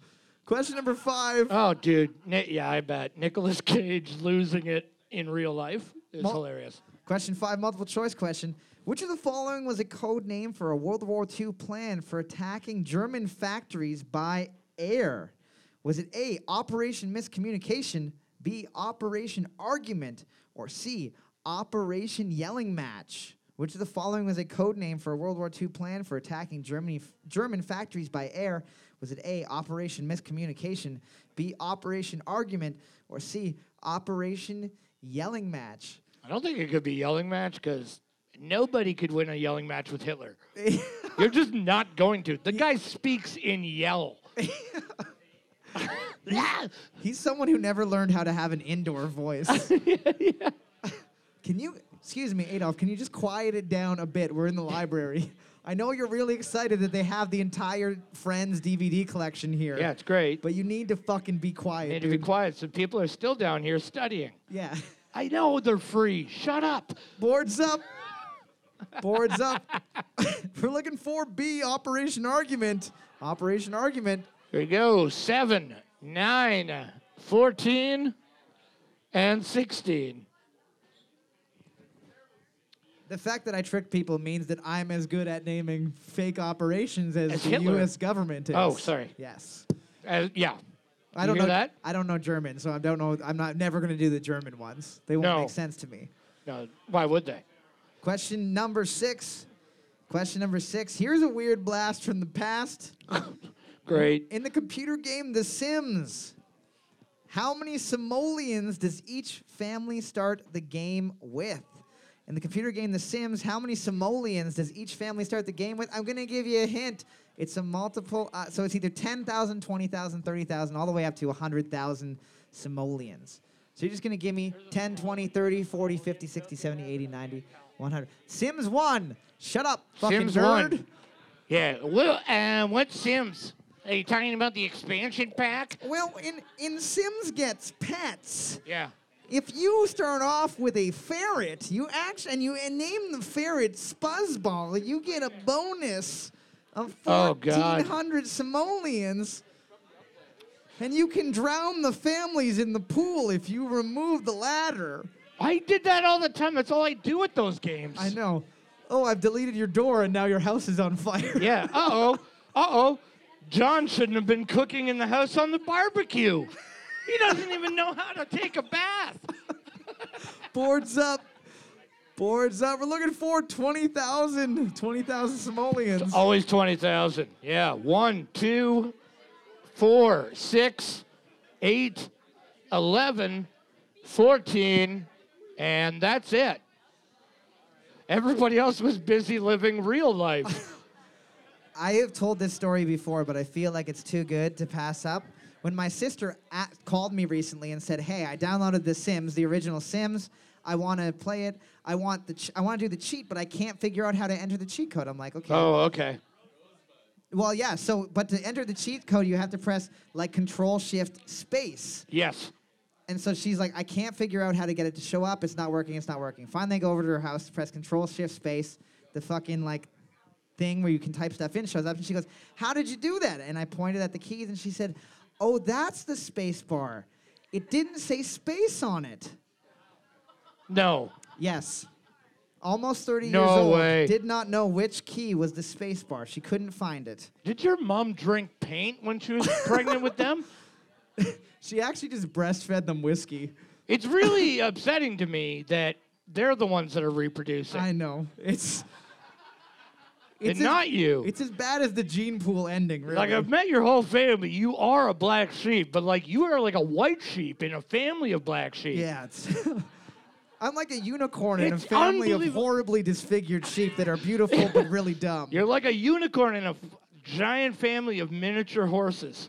S1: Question number five.
S2: Oh, dude. Ni- yeah, I bet. Nicolas Cage losing it in real life is
S1: Mo-
S2: hilarious.
S1: Question five, multiple choice question. Which of the following was a code name for a World War II plan for attacking German factories by air? Was it A, Operation Miscommunication, B, Operation Argument, or C, Operation Yelling Match? Which of the following was a code name for a World War II plan for attacking Germany f- German factories by air? Was it A, Operation Miscommunication, B, Operation Argument, or C, Operation Yelling Match?
S2: I don't think it could be yelling match because nobody could win a yelling match with Hitler. You're just not going to. The guy speaks in yell. yeah.
S1: He's someone who never learned how to have an indoor voice. can you, excuse me, Adolf, can you just quiet it down a bit? We're in the library. I know you're really excited that they have the entire Friends DVD collection here.
S2: yeah, it's great. But
S1: But you need to fucking be quiet.
S2: you need to be
S1: dude.
S2: quiet. So people are still down here studying.
S1: Yeah.
S2: I know they're free. Shut up.
S1: Boards up. Boards up. We're looking for B, Operation Argument. Operation Argument.
S2: Here we go. Seven, nine, 14, and 16.
S1: The fact that I tricked people means that I'm as good at naming fake operations as,
S2: As
S1: the
S2: Hitler.
S1: U.S. government is.
S2: Oh, sorry.
S1: Yes.
S2: Uh, yeah.
S1: I
S2: You
S1: don't
S2: hear
S1: know
S2: that?
S1: I don't know German, so I don't know. I'm not never gonna do the German ones. They won't
S2: No.
S1: make sense to me.
S2: No, why would they?
S1: Question number six. Question number six. Here's a weird blast from the past.
S2: Great.
S1: In the computer game The Sims, how many simoleons does each family start the game with? In the computer game The Sims, how many simoleons does each family start the game with? I'm going to give you a hint. It's a multiple, uh, so it's either 10,000, 20,000, 30,000, all the way up to 100,000 simoleons. So you're just going to give me 10, 20, 30, 40, 50, 60, 70, 80, 90, 100. Sims 1. Shut up, fucking
S2: Sims
S1: nerd.
S2: one. Yeah. Well, uh, what Sims? Are you talking about the expansion pack?
S1: Well, in, in Sims Gets Pets,
S2: Yeah.
S1: If you start off with a ferret, you actually and you name the ferret Spuzzball, you get a bonus of
S2: Oh, God.
S1: 1400 simoleons. And you can drown the families in the pool if you remove the ladder.
S2: I did that all the time. That's all I do at those games.
S1: I know. Oh, I've deleted your door and now your house is on fire.
S2: Yeah. Uh oh. Uh oh. John shouldn't have been cooking in the house on the barbecue. He doesn't even know how to take a bath.
S1: Boards up. Boards up. We're looking for 20,000 20,000 simoleons.
S2: Always 20,000. Yeah. One, two, four, six, eight, eleven, fourteen, and that's it. Everybody else was busy living real life.
S1: I have told this story before, but I feel like it's too good to pass up. When my sister at, called me recently and said, "Hey, I downloaded The Sims, the original Sims. I want to play it. I want the ch- I want to do the cheat, but I can't figure out how to enter the cheat code." I'm like, "Okay,
S2: oh, okay.
S1: well, yeah. So, but to enter the cheat code, you have to press like Control Shift Space."
S2: Yes.
S1: And so she's like, I can't figure out how to get it to show up. It's not working. It's not working. Finally, I go over to her house, press Control Shift Space, the fucking like thing where you can type stuff in shows up, and she goes, "How did you do that?" And I pointed at the keys, and she said, "Oh, that's the space bar. It didn't say space on it."
S2: No.
S1: Yes. Almost 30
S2: No
S1: years old,
S2: way.
S1: did not know which key was the space bar. She couldn't find it.
S2: Did your mom drink paint when she was pregnant with them?
S1: She actually just breastfed them whiskey.
S2: It's really upsetting to me that they're the ones that are reproducing,
S1: I know. It's
S2: and
S1: as-
S2: not you.
S1: It's as bad as the gene pool ending, really.
S2: like I've met your whole family. You are a black sheep, but like you are like a white sheep in a family of black sheep.
S1: Yeah, it's. I'm like a unicorn in a
S2: It's
S1: family of
S2: unbelievable.
S1: horribly disfigured sheep that are beautiful but really dumb.
S2: You're like a unicorn in a f- giant family of miniature horses.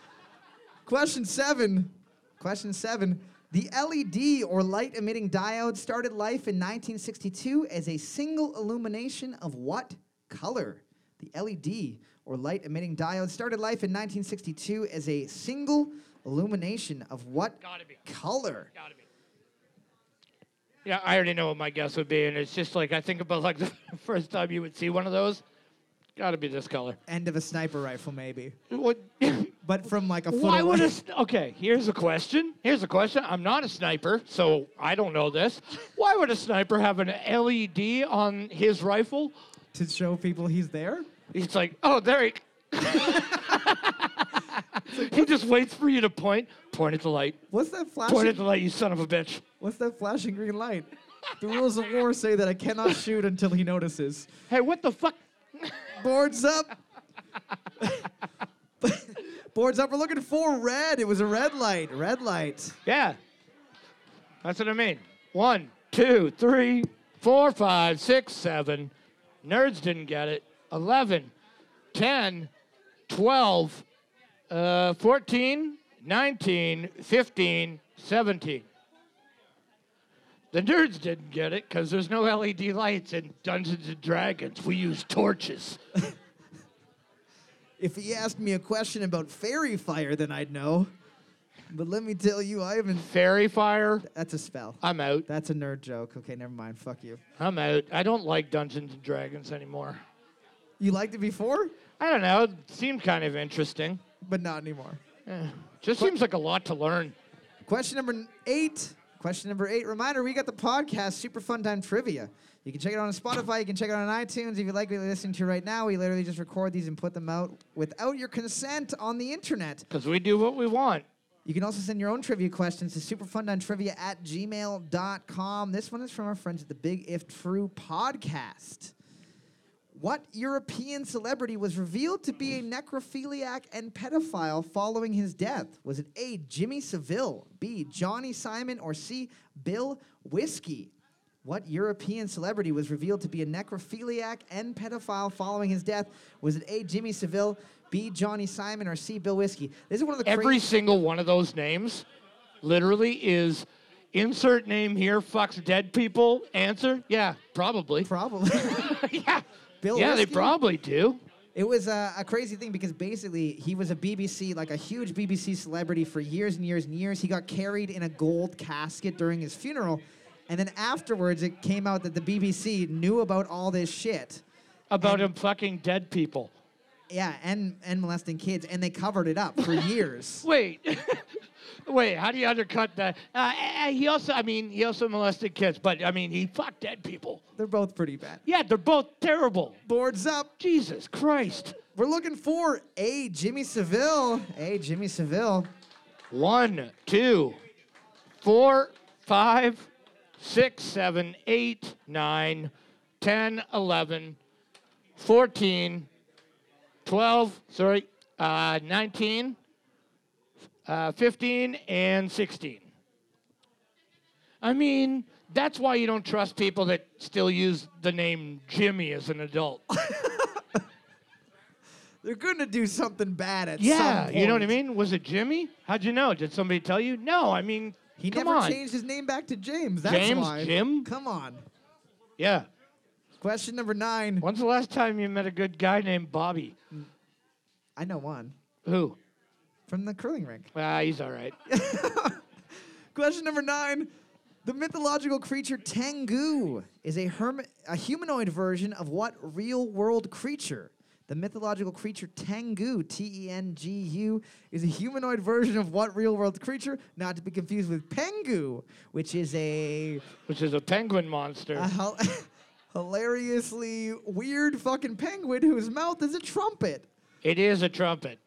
S1: Question seven. Question seven. The LED or light emitting diode started life in 1962 as a single illumination of what color? The LED or light emitting diode started life in 1962 as a single illumination of what
S2: Gotta be.
S1: color?
S2: Gotta be. Yeah, I already know what my guess would be, and it's just like I think about like the first time you would see one of those. Gotta be this color.
S1: End of a sniper rifle, maybe.
S2: What?
S1: But from like a foot
S2: Why would
S1: away.
S2: a sn- okay? Here's a question. Here's a question. I'm not a sniper, so I don't know this. Why would a sniper have an LED on his rifle?
S1: to show people he's there?
S2: He's like, oh, there he. he just waits for you to point. Point at the light.
S1: What's that
S2: Point at
S1: flashing?
S2: the light, you son of a bitch.
S1: What's that flashing green light? The rules of war say that I cannot shoot until he notices.
S2: Hey, what the fuck?
S1: Boards up. Boards up. We're looking for red. It was a red light. Red light.
S2: Yeah, that's what I mean. One, two, three, four, five, six, seven. Nerds didn't get it. 11, 10, 12, uh, 14, 19, 15, 17. The nerds didn't get it because there's no LED lights in Dungeons and Dragons. We use torches.
S1: If he asked me a question about fairy fire, then I'd know. But let me tell you, I haven't.
S2: Fairy fire.
S1: That's a spell.
S2: I'm out.
S1: That's a nerd joke. Okay, never mind. Fuck you.
S2: I'm out. I don't like Dungeons and Dragons anymore.
S1: You liked it before,
S2: I don't know. It seemed kind of interesting.
S1: but not anymore.
S2: Just seems like a lot to learn.
S1: Question number n- eight. Question number eight. Reminder: We got the podcast Super Fun Time Trivia. You can check it out on Spotify. You can check it out on iTunes. If you like what you're listening to right now, we literally just record these and put them out without your consent on the internet.
S2: Because we do what we want.
S1: You can also send your own trivia questions to superfundowntrivia at gmail.com. This one is from our friends at the Big If True podcast. What European celebrity was revealed to be a necrophiliac and pedophile following his death? Was it A. Jimmy Seville, B. Johnny Simon, or C. Bill Whiskey? What European celebrity was revealed to be a necrophiliac and pedophile following his death? Was it A. Jimmy Seville, B. Johnny Simon, or C. Bill Whiskey? This is one of the cra-
S2: Every single one of those names literally is insert name here, fucks dead people. Answer? Yeah, probably.
S1: probably.
S2: yeah.
S1: Bill
S2: yeah, they
S1: Whiskey?
S2: probably do.
S1: It was a, a crazy thing because basically he was a BBC, like a huge BBC celebrity for years and years and years. He got carried in a gold casket during his funeral. And then afterwards, it came out that the BBC knew about all this shit.
S2: About him fucking dead people.
S1: Yeah, and, and molesting kids. And they covered it up for years.
S2: Wait, wait. How do you undercut that? Uh, eh, eh, he also, I mean, he also molested kids, but I mean, he fucked dead people.
S1: They're both pretty bad.
S2: Yeah, they're both terrible.
S1: Boards up.
S2: Jesus Christ.
S1: We're looking for a Jimmy Seville. A Jimmy Seville.
S2: One, two, four, five, six, seven, eight, nine, ten, eleven, fourteen, twelve. Sorry, uh, nineteen, uh, fifteen, and sixteen. I mean, that's why you don't trust people that still use the name Jimmy as an adult.
S1: They're going to do something bad at some
S2: yeah,
S1: point.
S2: you know what I mean. Was it Jimmy? How'd you know? Did somebody tell you? No, I mean,
S1: He
S2: come
S1: never
S2: on.
S1: changed his name back to James. That's
S2: James
S1: why.
S2: Jim?
S1: Come on.
S2: Yeah.
S1: Question number nine.
S2: When's the last time you met a good guy named Bobby?
S1: I know one
S2: Who?
S1: from the curling rink.
S2: Ah, he's all right.
S1: Question number nine. The mythological creature Tengu is a, herm- a humanoid version of what real world creature? The mythological creature Tengu, T E N G U, is a humanoid version of what real world creature? Not to be confused with Pengu, which is a,
S2: Which is a penguin monster.
S1: a hel- hilariously weird fucking penguin whose mouth is a trumpet.
S2: it is a trumpet.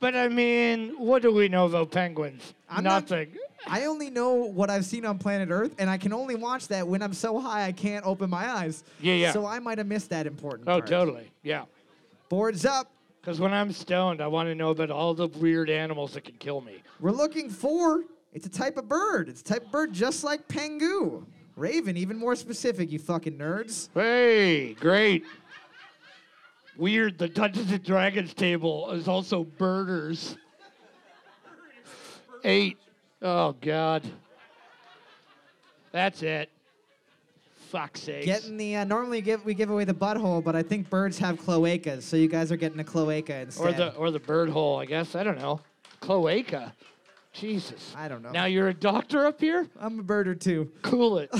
S2: but I mean, what do we know about penguins?
S1: I'm not-
S2: Nothing.
S1: I only know what I've seen on planet Earth, and I can only watch that when I'm so high I can't open my eyes.
S2: Yeah, yeah.
S1: So I might have missed that important.
S2: oh,
S1: part.
S2: totally. Yeah.
S1: Boards up.
S2: Because when I'm stoned, I want to know about all the weird animals that can kill me.
S1: We're looking for. It's a type of bird. It's a type of bird just like Pengu. Raven, even more specific, you fucking nerds.
S2: Hey, great. Weird, the Dungeons and Dragons table is also birders. Eight. Oh, God. That's it. Fuck's sake.
S1: Getting the uh, normally give we give away the butthole, but I think birds have cloacas, so you guys are getting a cloaca instead.
S2: Or the or the bird hole, I guess. I don't know. Cloaca. Jesus.
S1: I don't know.
S2: Now you're a doctor up here?
S1: I'm a bird or two.
S2: Cool it.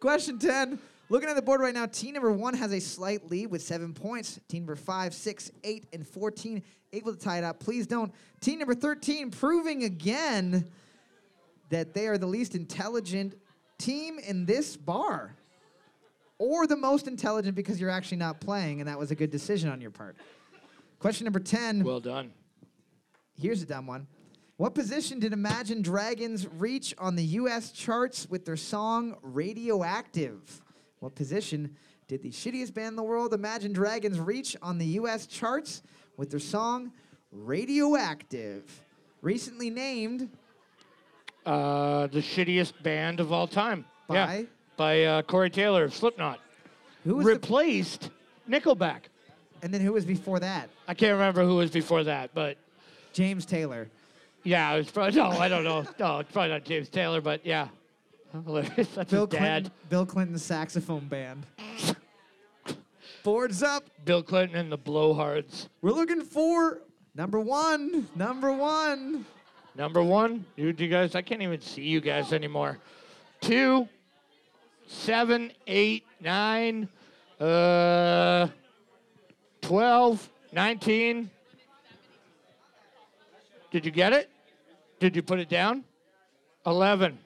S1: Question 10. Looking at the board right now, team number one has a slight lead with seven points. Team number five, six, eight, and 14 able to tie it up. Please don't. Team number 13 proving again that they are the least intelligent team in this bar. Or the most intelligent because you're actually not playing, and that was a good decision on your part. Question number 10.
S2: well done.
S1: Here's a dumb one. What position did Imagine Dragons reach on the US charts with their song Radioactive? What position did the shittiest band in the world, Imagine Dragons, reach on the US charts with their song Radioactive? Recently named
S2: Uh, the shittiest band of all time. Yeah.
S1: By?
S2: By uh, Corey Taylor of Slipknot.
S1: who was the-
S2: replaced Nickelback.
S1: and then who was before that?
S2: I can't remember who was before that, but
S1: James Taylor.
S2: yeah, it was probably no, I don't know. No, it's probably not James Taylor, but yeah. Hilarious. That's
S1: Bill
S2: his dad.
S1: Clinton, Bill Clinton's saxophone band. Boards up.
S2: Bill Clinton and the Blowhards.
S1: We're looking for number one. Number one.
S2: Number one, you, you guys, I can't even see you guys anymore. Two, seven, eight, nine, uh, 12, 19, Did you get it? Did you put it down? 11,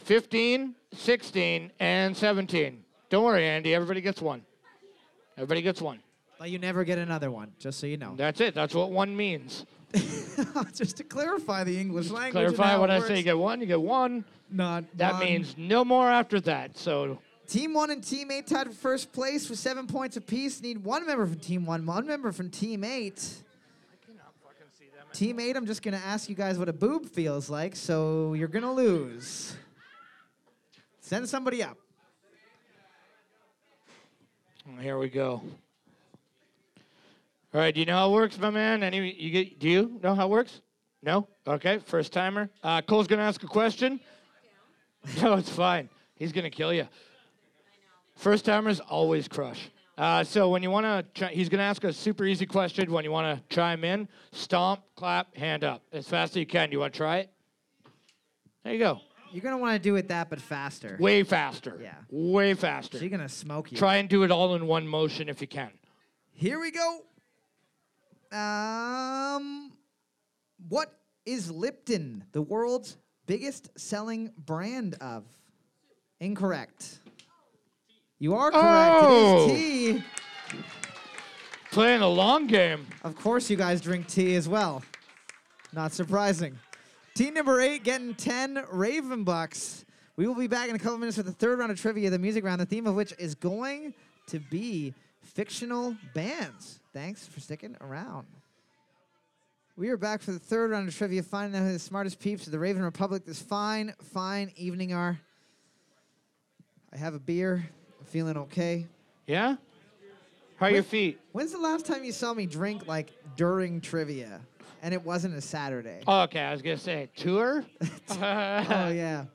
S2: 15, 16, and 17. Don't worry, Andy. Everybody gets one. Everybody gets one.
S1: But you never get another one, just so you know.
S2: That's it. That's what one means.
S1: just to clarify the English language. and
S2: Clarify
S1: how
S2: what
S1: it
S2: I
S1: works.
S2: say. You get one, you get one.
S1: Not
S2: That
S1: one.
S2: means no more after that. So
S1: Team one and team eight tied for first place with seven points apiece. Need one member from team one, one member from team eight. Team eight, I'm just gonna ask you guys what a boob feels like, so you're gonna lose. Send somebody up.
S2: here we go. All right, do you know how it works, my man? Any you get? Do you know how it works? No. Okay, first timer. Uh, Cole's gonna ask a question. No, it's fine. He's gonna kill you. First timers always crush. Uh, so when you wanna, chi- he's gonna ask a super easy question. When you wanna chime in, stomp, clap, hand up as fast as you can. You wanna try it? There you go.
S1: You're gonna want to do it that, but faster.
S2: Way faster.
S1: Yeah.
S2: Way faster.
S1: She's gonna smoke you.
S2: Try and do it all in one motion if you can.
S1: Here we go. Um, what is Lipton the world's biggest selling brand of? Incorrect. You are correct.
S2: Oh.
S1: It is tea.
S2: Playing a long game.
S1: Of course, you guys drink tea as well. Not surprising. Team number eight getting 10 Raven Bucks. We will be back in a couple minutes with the third round of trivia, the music round, the theme of which is going to be fictional bands. Thanks for sticking around. We are back for the third round of trivia, finding out who the smartest peeps of the Raven Republic this fine, fine evening are. I have a beer. I'm feeling okay.
S2: Yeah? How are your
S1: Wait.
S2: feet?
S1: When's the last time you saw me drink like during trivia, and it wasn't a Saturday?
S2: Oh, okay, I was gonna say tour.
S1: oh yeah,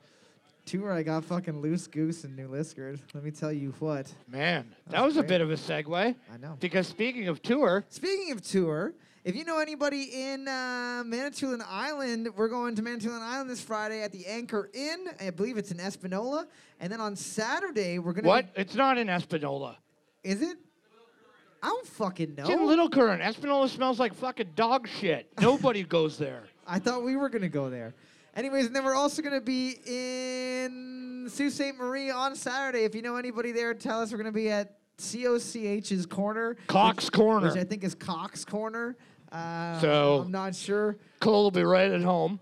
S1: tour I got fucking loose goose and New Liskard. Let me tell you what
S2: Man, that
S1: That
S2: was
S1: was
S2: a
S1: great.
S2: bit of a segue.
S1: I know.
S2: Because speaking of tour,
S1: Speaking of tour, if you know anybody in uh, Manitoulin Island, we're going to Manitoulin Island this Friday at the Anchor Inn. I believe it's in Espanola, and then on Saturday we're gonna. be-
S2: what? It's not in Espanola.
S1: is it? I don't fucking know.
S2: It's in Little Current. Espanola smells like fucking dog shit. Nobody goes there.
S1: I thought we were gonna go there. Anyways, and then we're also gonna be in Sault Ste. Marie on Saturday. If you know anybody there, tell us. We're gonna be at COCH's Corner,
S2: Cox
S1: which I
S2: Corner.
S1: think is Cox Corner. Uh,
S2: So-
S1: I'm not sure.
S2: Cole will be right at home.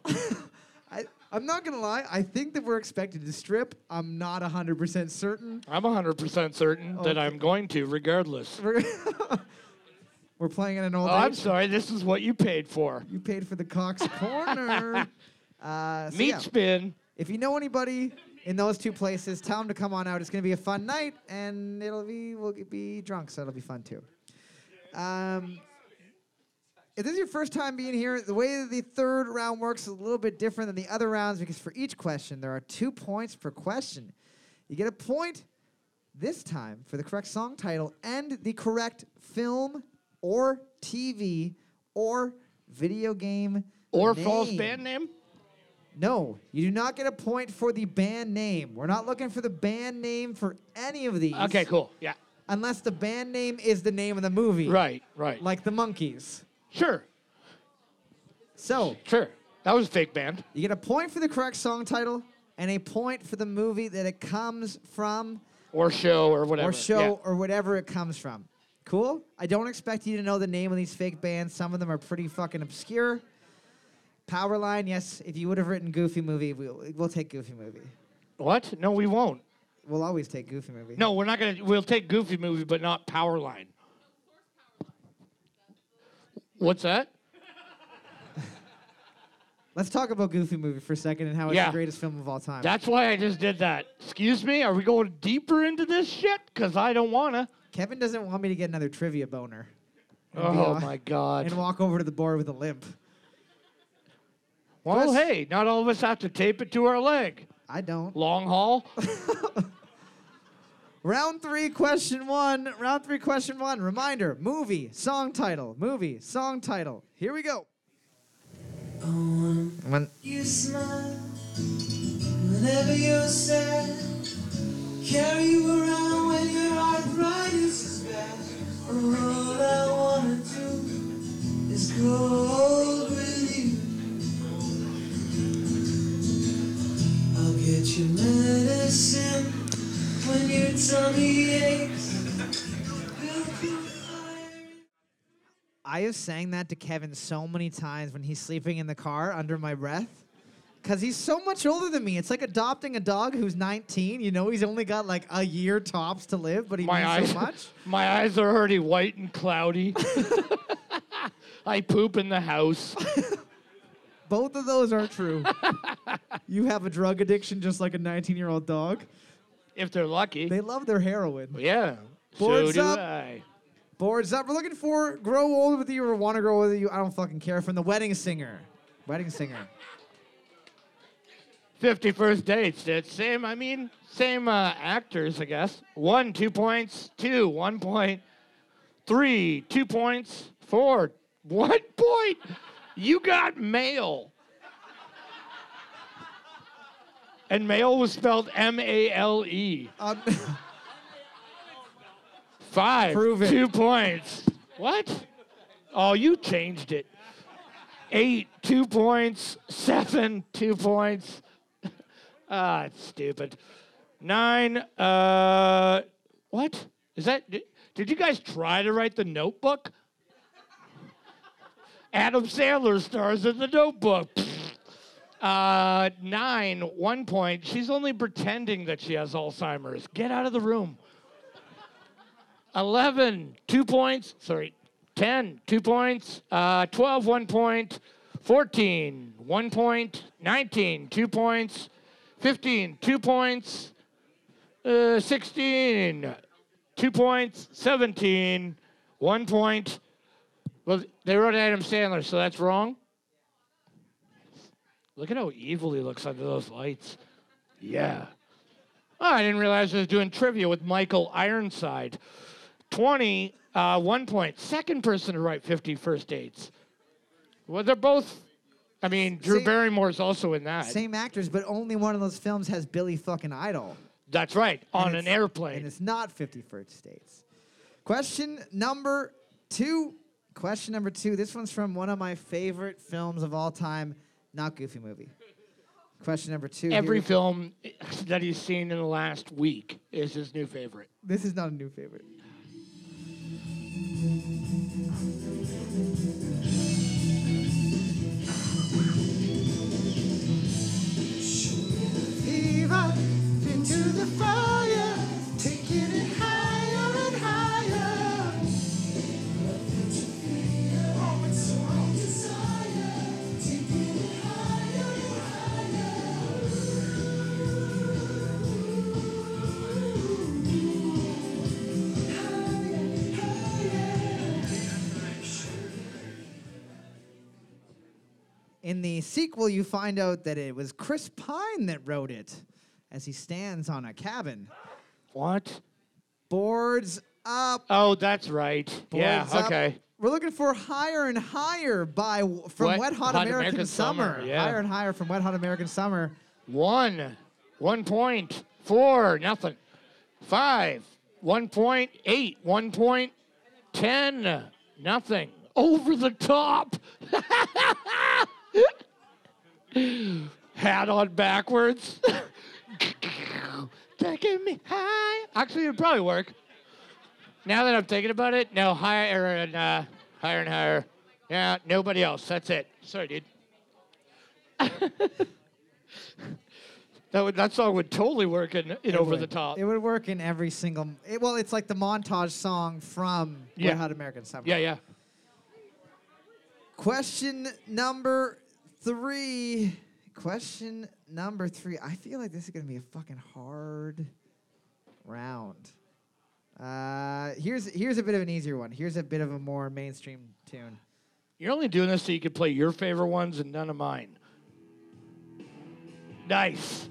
S1: I, I'm not gonna lie. I think that we're expected to strip. I'm not 100% certain.
S2: I'm 100% certain that
S1: Okay.
S2: I'm going to, regardless.
S1: We're, we're playing in an old.
S2: Oh, I'm
S1: age.
S2: sorry. This is what you paid for.
S1: You paid for the Cox Corner. uh, so
S2: Meat
S1: yeah.
S2: spin.
S1: If you know anybody in those two places, tell them to come on out. It's going to be a fun night, and it'll be we'll g- be drunk, so it'll be fun too. Um, if this is your first time being here, the way the third round works is a little bit different than the other rounds because for each question there are two points per question. You get a point this time for the correct song title and the correct film or TV or video game
S2: Or false
S1: name.
S2: band name?
S1: No, you do not get a point for the band name. We're not looking for the band name for any of these.
S2: Okay, cool. Yeah.
S1: Unless the band name is the name of the movie.
S2: Right, right.
S1: Like the monkeys.
S2: sure,
S1: So,
S2: sure. That was a fake band.
S1: you get a point for the correct song title and a point for the movie that it comes from
S2: Or show or whatever.
S1: or show
S2: yeah.
S1: or whatever it comes from. Cool? I don't expect you to know the name of these fake bands. Some of them are pretty fucking obscure. Powerline, yes, if you would have written Goofy Movie, we'll, we'll take Goofy Movie.
S2: What? No, we won't.
S1: We'll always take Goofy Movie.
S2: No, we're not gonna. We'll take Goofy movie, but not Powerline. What's that?
S1: Let's talk about Goofy Movie for a second and how it's
S2: Yeah.
S1: the greatest film of all time.
S2: That's why I just did that. Excuse me. Are we going deeper into this shit? Cause I don't wanna.
S1: Kevin doesn't want me to get another trivia boner. and be
S2: Oh
S1: off-
S2: my god.
S1: And walk over to the bar with a limp.
S2: Well,
S1: Chris?
S2: hey, not all of us have to tape it to our leg.
S1: I don't.
S2: Long haul.
S1: Round three, question one. Round three, question one. Reminder movie, song title, movie, song title. Here we go. When-
S3: You smile whenever you're sad. Carry you around when your arthritis is bad. All I wanna do is go
S1: I have sang that to Kevin so many times when he's sleeping in the car under my breath. Cause he's so much older than me. It's like adopting a dog who's 19. You know, he's only got like a year tops to live, but he
S2: My
S1: means
S2: eyes,
S1: so much.
S2: my eyes are already white and cloudy. I poop in the house.
S1: Both of those are true. you have a drug addiction just like a 19 year old dog.
S2: If they're lucky.
S1: They love their heroin.
S2: yeah.
S1: Boards
S2: so do
S1: up.
S2: I.
S1: Boards up. We're looking for Grow Old With You or Want to Grow Old With You. I don't fucking care. From The Wedding Singer. Wedding Singer.
S2: 51st dates. It's same, I mean, same uh, actors, I guess. One, two points. Two, one point. Three, two points. Four, one point. You got mail. And mail was spelled M A L E.
S1: Um,
S2: Five,
S1: Prove it.
S2: two points. What? Oh, you changed it. Eight, two points. Seven, two points. Ah, it's stupid. Nine, uh, what? Is that, did, did you guys try to write the notebook? Adam Sandler stars in the notebook. Uh, nine, one point. She's only pretending that she has Alzheimer's. Get out of the room. 11, two points. Sorry, 10, two points. Uh, 12, one point. 14, one point. 19, two points. 15, two points. Uh, 16, two points. 17, one point. Well, they wrote Adam Sandler, so that's wrong. Look at how evil he looks under those lights. Yeah. Oh, I didn't realize I was doing trivia with Michael Ironside. 20, uh, one point. Second person to write 50 first dates. Well, they're both. I mean, Drew
S1: Same-
S2: Barrymore's also in that.
S1: same actors, but only one of those films has Billy fucking Idol.
S2: That's right,
S1: And
S2: on an
S1: it's-
S2: airplane.
S1: And it's not 51st States. Question number two. Question number two. This one's from one of my favorite films of all time, not Goofy Movie. Question number two.
S2: Every
S1: here.
S2: film that he's seen in the last week is his new favorite.
S1: This is not a new favorite.
S3: Eva, into the fire, taking it higher and higher. Oh, it's so I desire, taking it higher and
S1: In the sequel, you find out that it was Chris Pine that wrote it as he stands on a cabin.
S2: What?
S1: Boards up.
S2: Oh, that's right. yeah,
S1: boards up.
S2: okay.
S1: We're looking for Higher and Higher by from
S2: Wet-
S1: Wet Hot, American, Summer.
S2: yeah.
S1: Higher and Higher from Wet Hot American Summer.
S2: One, one point, four, nothing. Five, one point, eight, one point, ten, nothing. Over the top. Hat on backwards. Taking me high. Actually, it'd probably work. Now that I'm thinking about it, no higher and uh, higher and higher. Yeah, nobody else. That's it. Sorry, dude. That would that song would totally work in, in over the
S1: would.
S2: top.
S1: It would work in every single. It, well, it's like the montage song from
S2: Yeah.
S1: Wet Hot American Summer.
S2: yeah, yeah.
S1: Question number three. Question number three. I feel like this is gonna be a fucking hard round. Uh, here's here's a bit of an easier one. Here's a bit of a more mainstream tune.
S2: You're only doing this so you can play your favorite ones and none of mine. Nice.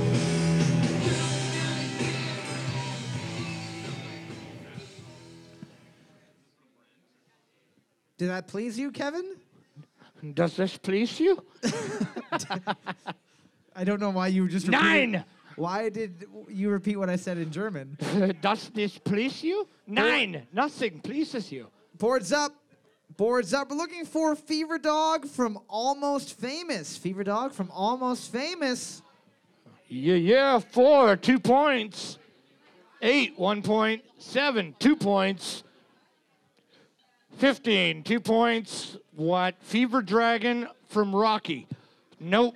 S4: Thank
S1: Did that please you, Kevin?
S2: Does this please you?
S1: I don't know why you just repeated-
S2: Nine.
S1: Why did you repeat what I said in German?
S2: Does this please you? Nine. Nothing pleases you.
S1: Boards up. Boards up. We're looking for Fever Dog from Almost Famous. Fever Dog from Almost Famous.
S2: Yeah, yeah, four, two points. Eight, one point. Seven, two points. Fifteen, two points. What? Fever Dragon from Rocky. Nope.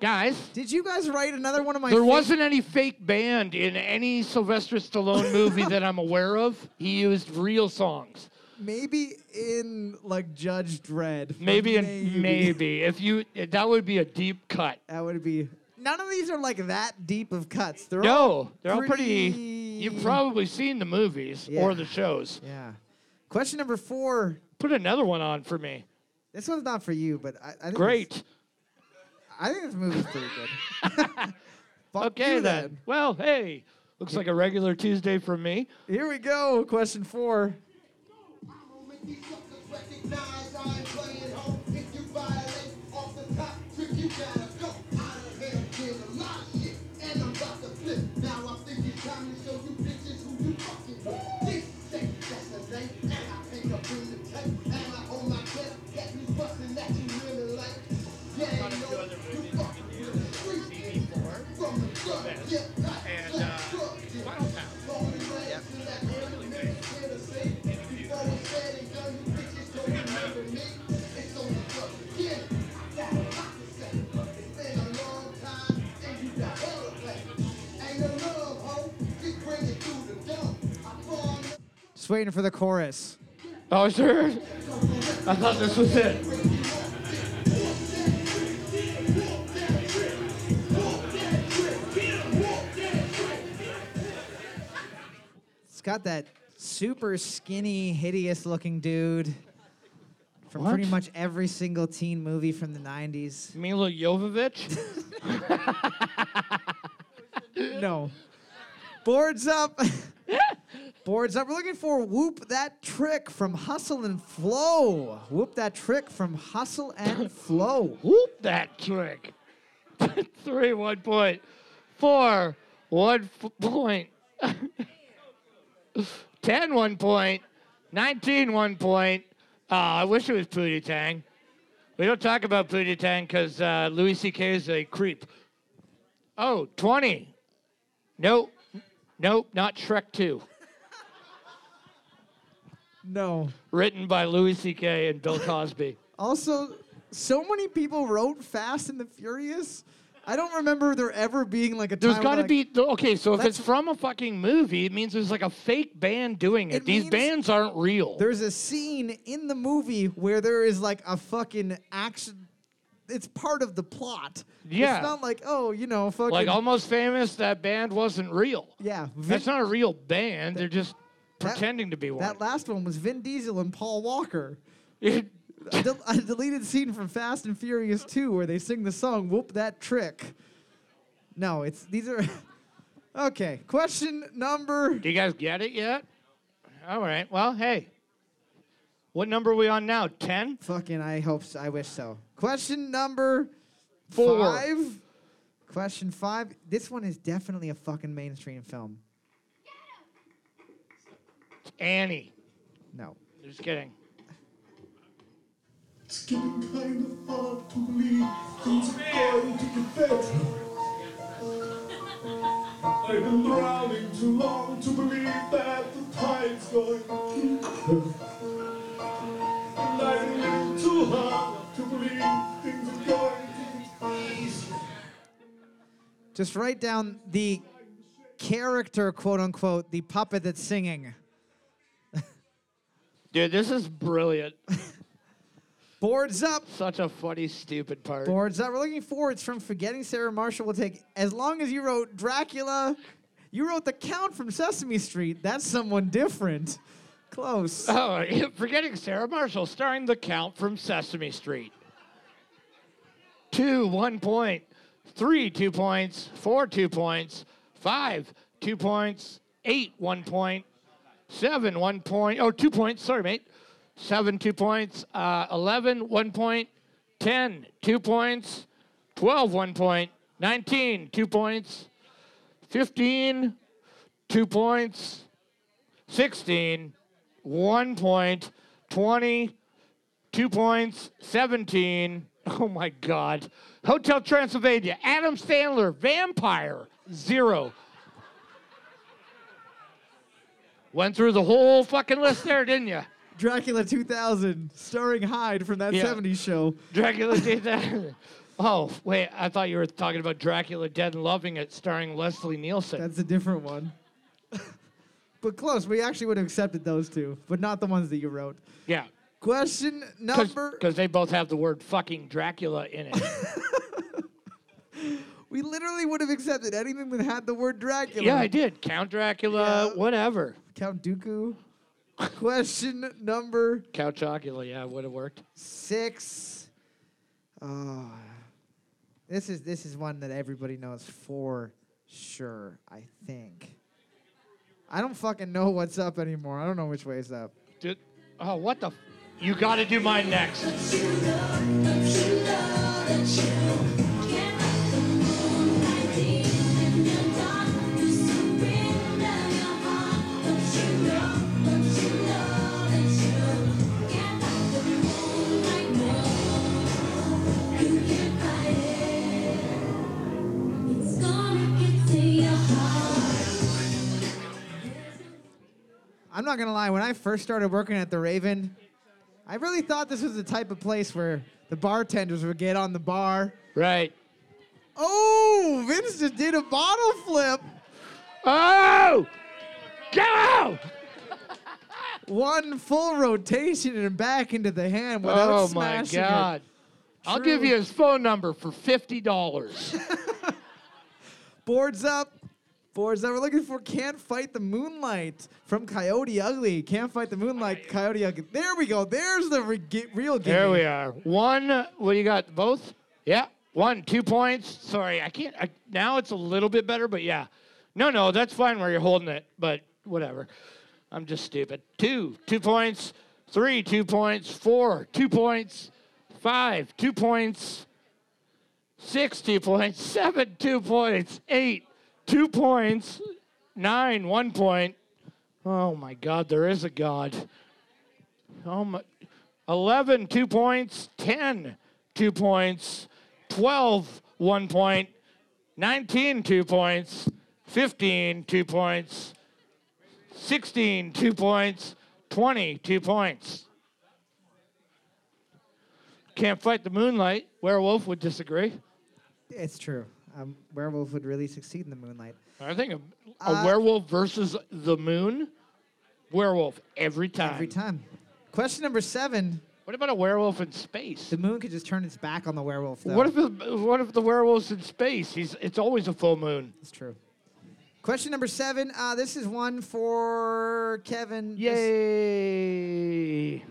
S2: Guys,
S1: Did you guys write another one of my
S2: there
S1: fa-
S2: wasn't any fake band in any Sylvester Stallone movie that I'm aware of. He used real songs.
S1: maybe in like Judge Dredd.
S2: Maybe, and maybe. If you, that would be a deep cut.
S1: That would be None of these are like that deep of cuts. They're all
S2: No, they're all pretty. You've probably seen the movies or
S1: Yeah.
S2: the shows.
S1: Yeah. Question number 4.
S2: Put another one on for me.
S1: This one's not for you, but I, I think this-
S2: Great.
S1: I think this movie's pretty good. Fuck
S2: Okay
S1: you
S2: then. Well, hey, looks like a regular Tuesday for me.
S1: then. Here we go. Question 4.
S4: And uh, Final Town.
S1: Just waiting for the chorus.
S2: Oh sure. I thought this was it.
S1: It's got that super skinny, hideous looking dude from pretty
S2: What?
S1: much every single teen movie from the 90s.
S2: Milo Jovovich.
S1: No. Boards up. Boards up. We're looking for Whoop That Trick from Hustle and Flow. Whoop That Trick from Hustle and Flow.
S2: Whoop that trick. Three one point. Four one f- point. Ten one point. Nineteen one point. Oh, I wish it was Pootie Tang. We don't talk about Pootie Tang because uh, Louis C.K. is a creep. Oh, 20. Nope. Nope, not Shrek 2.
S1: No.
S2: Written by Louis C.K. and Bill Cosby.
S1: Also, so many people wrote Fast and the Furious. I don't remember there ever being like a time
S2: There's
S1: where,
S2: got to
S1: like,
S2: be th- okay. So if it's
S1: That's-
S2: from a fucking movie, it means there's like a fake band doing it.
S1: It
S2: These
S1: means-
S2: bands aren't real.
S1: There's a scene in the movie where there is like a fucking action. It's part of the plot.
S2: Yeah.
S1: It's not like, oh, you know, fucking.
S2: Like almost famous, that band wasn't real.
S1: yeah. Vin,
S2: That's not a real band. They're just pretending to be one.
S1: that last one was Vin Diesel and Paul Walker. A, del- a deleted scene from Fast and Furious 2 where they sing the song Whoop That Trick. No, it's. These are. okay. Question number.
S2: Do you guys get it yet? All right. Well, hey. What number are we on now? Ten?
S1: Fucking, I hope so. I wish so. Question number
S2: Four.
S1: Five. Question five. This one is definitely a fucking mainstream film.
S2: Annie.
S1: No.
S2: Just kidding.
S3: It's getting kind of hard to believe things are going to get better. I've been drowning too long to believe that the tide's going to turn. And I've been living too hard to believe things are going to get easier.
S1: Just write down the character, quote unquote, the puppet that's singing.
S2: Dude, this is brilliant.
S1: Boards up.
S2: Such a funny, stupid part.
S1: Boards up. We're looking forward. It's from Forgetting Sarah Marshall. We'll take as long as you wrote Dracula. You wrote the Count from Sesame Street. That's someone different. Close.
S2: Oh, forgetting Sarah Marshall, starring the Count from Sesame Street. Two, one point. Three, two points. Four, two points. Five, two points. Eight, one point. Seven, one point. Oh, two points. Sorry, mate. Seven, two points. Uh, 11, one point. 10, two points. 12, one point. 19, two points. 15, two points. 16, one point. 20, two points. 17, oh my God. Hotel Transylvania, Adam Sandler, Vampire, zero. Went through the whole fucking list there, didn't you?
S1: Dracula 2000, starring Hyde from that
S2: Yeah.
S1: 70s show.
S2: Dracula did that. Oh, wait, I thought you were talking about Dracula Dead and Loving It starring Leslie Nielsen.
S1: That's a different one. but close. We actually would have accepted those two, but not the ones that you wrote.
S2: yeah.
S1: Question number.
S2: Because they both have the word fucking Dracula in it.
S1: We literally would have accepted anything that had the word Dracula.
S2: yeah, I did. Count Dracula,
S1: Yeah.
S2: whatever.
S1: Count Dooku. Question number
S2: Count Dracula, yeah, would have worked.
S1: six. Oh, this is this is one that everybody knows for sure. I think. I don't fucking know what's up anymore. I don't know which way is up.
S2: Did, oh, what the? F- you got to do mine next.
S1: I'm not gonna lie. When I first started working at the Raven, I really thought this was the type of place where the bartenders would get on the bar.
S2: Right.
S1: Oh, Vince just did a bottle flip.
S2: Oh! Go!
S1: One full rotation and back into the hand without
S2: Oh my
S1: smashing
S2: God.
S1: it.
S2: I'll give
S1: True.
S2: you his phone number for $50.
S1: Boards up. Boards up. We're looking for Can't Fight the Moonlight from Coyote Ugly. Can't Fight the Moonlight, Coyote Ugly. There we go. There's the re- gi- real game.
S2: There we are. One. uh, What do you got? Both? Yeah. One. Two points. Sorry, I can't. I, now it's a little bit better, but yeah. No, no, that's fine where you're holding it, but whatever. I'm just stupid. Two. Two points. Three. Two points. Four. Two points. Five. Two points. Six. Two points. Seven. Two points. Eight. Two points. Nine. One point. Oh my God, there is a God. Oh my. 11, two points. 10, two points. 12, one point. 19, two points. 15, two points. 16, two points. 20, two points. Can't fight the moonlight. Werewolf would disagree.
S1: It's true. Um, werewolf would really succeed in the moonlight.
S2: I think a, a
S1: Uh,
S2: werewolf versus the moon, werewolf every time.
S1: Every time. Question number seven.
S2: What about a werewolf in space?
S1: The moon could just turn its back on the werewolf, though.
S2: What if the, what if the werewolf's in space? He's it's always a full moon.
S1: It's true. Question number seven. Uh, this is one for Kevin. This-
S2: Yay!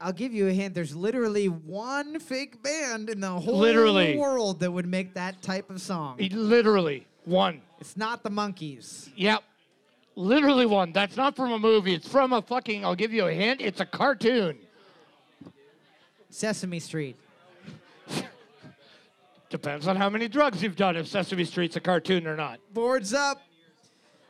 S1: I'll give you a hint. There's literally one fake band in the whole
S2: Literally.
S1: world that would make that type of song.
S2: He literally won.
S1: It's not the monkeys.
S2: Yep. Literally won. That's not from a movie. It's from a fucking. I'll give you a hint. It's a cartoon.
S1: Sesame Street.
S2: Depends on how many drugs you've done. If Sesame Street's a cartoon or not.
S1: Boards up.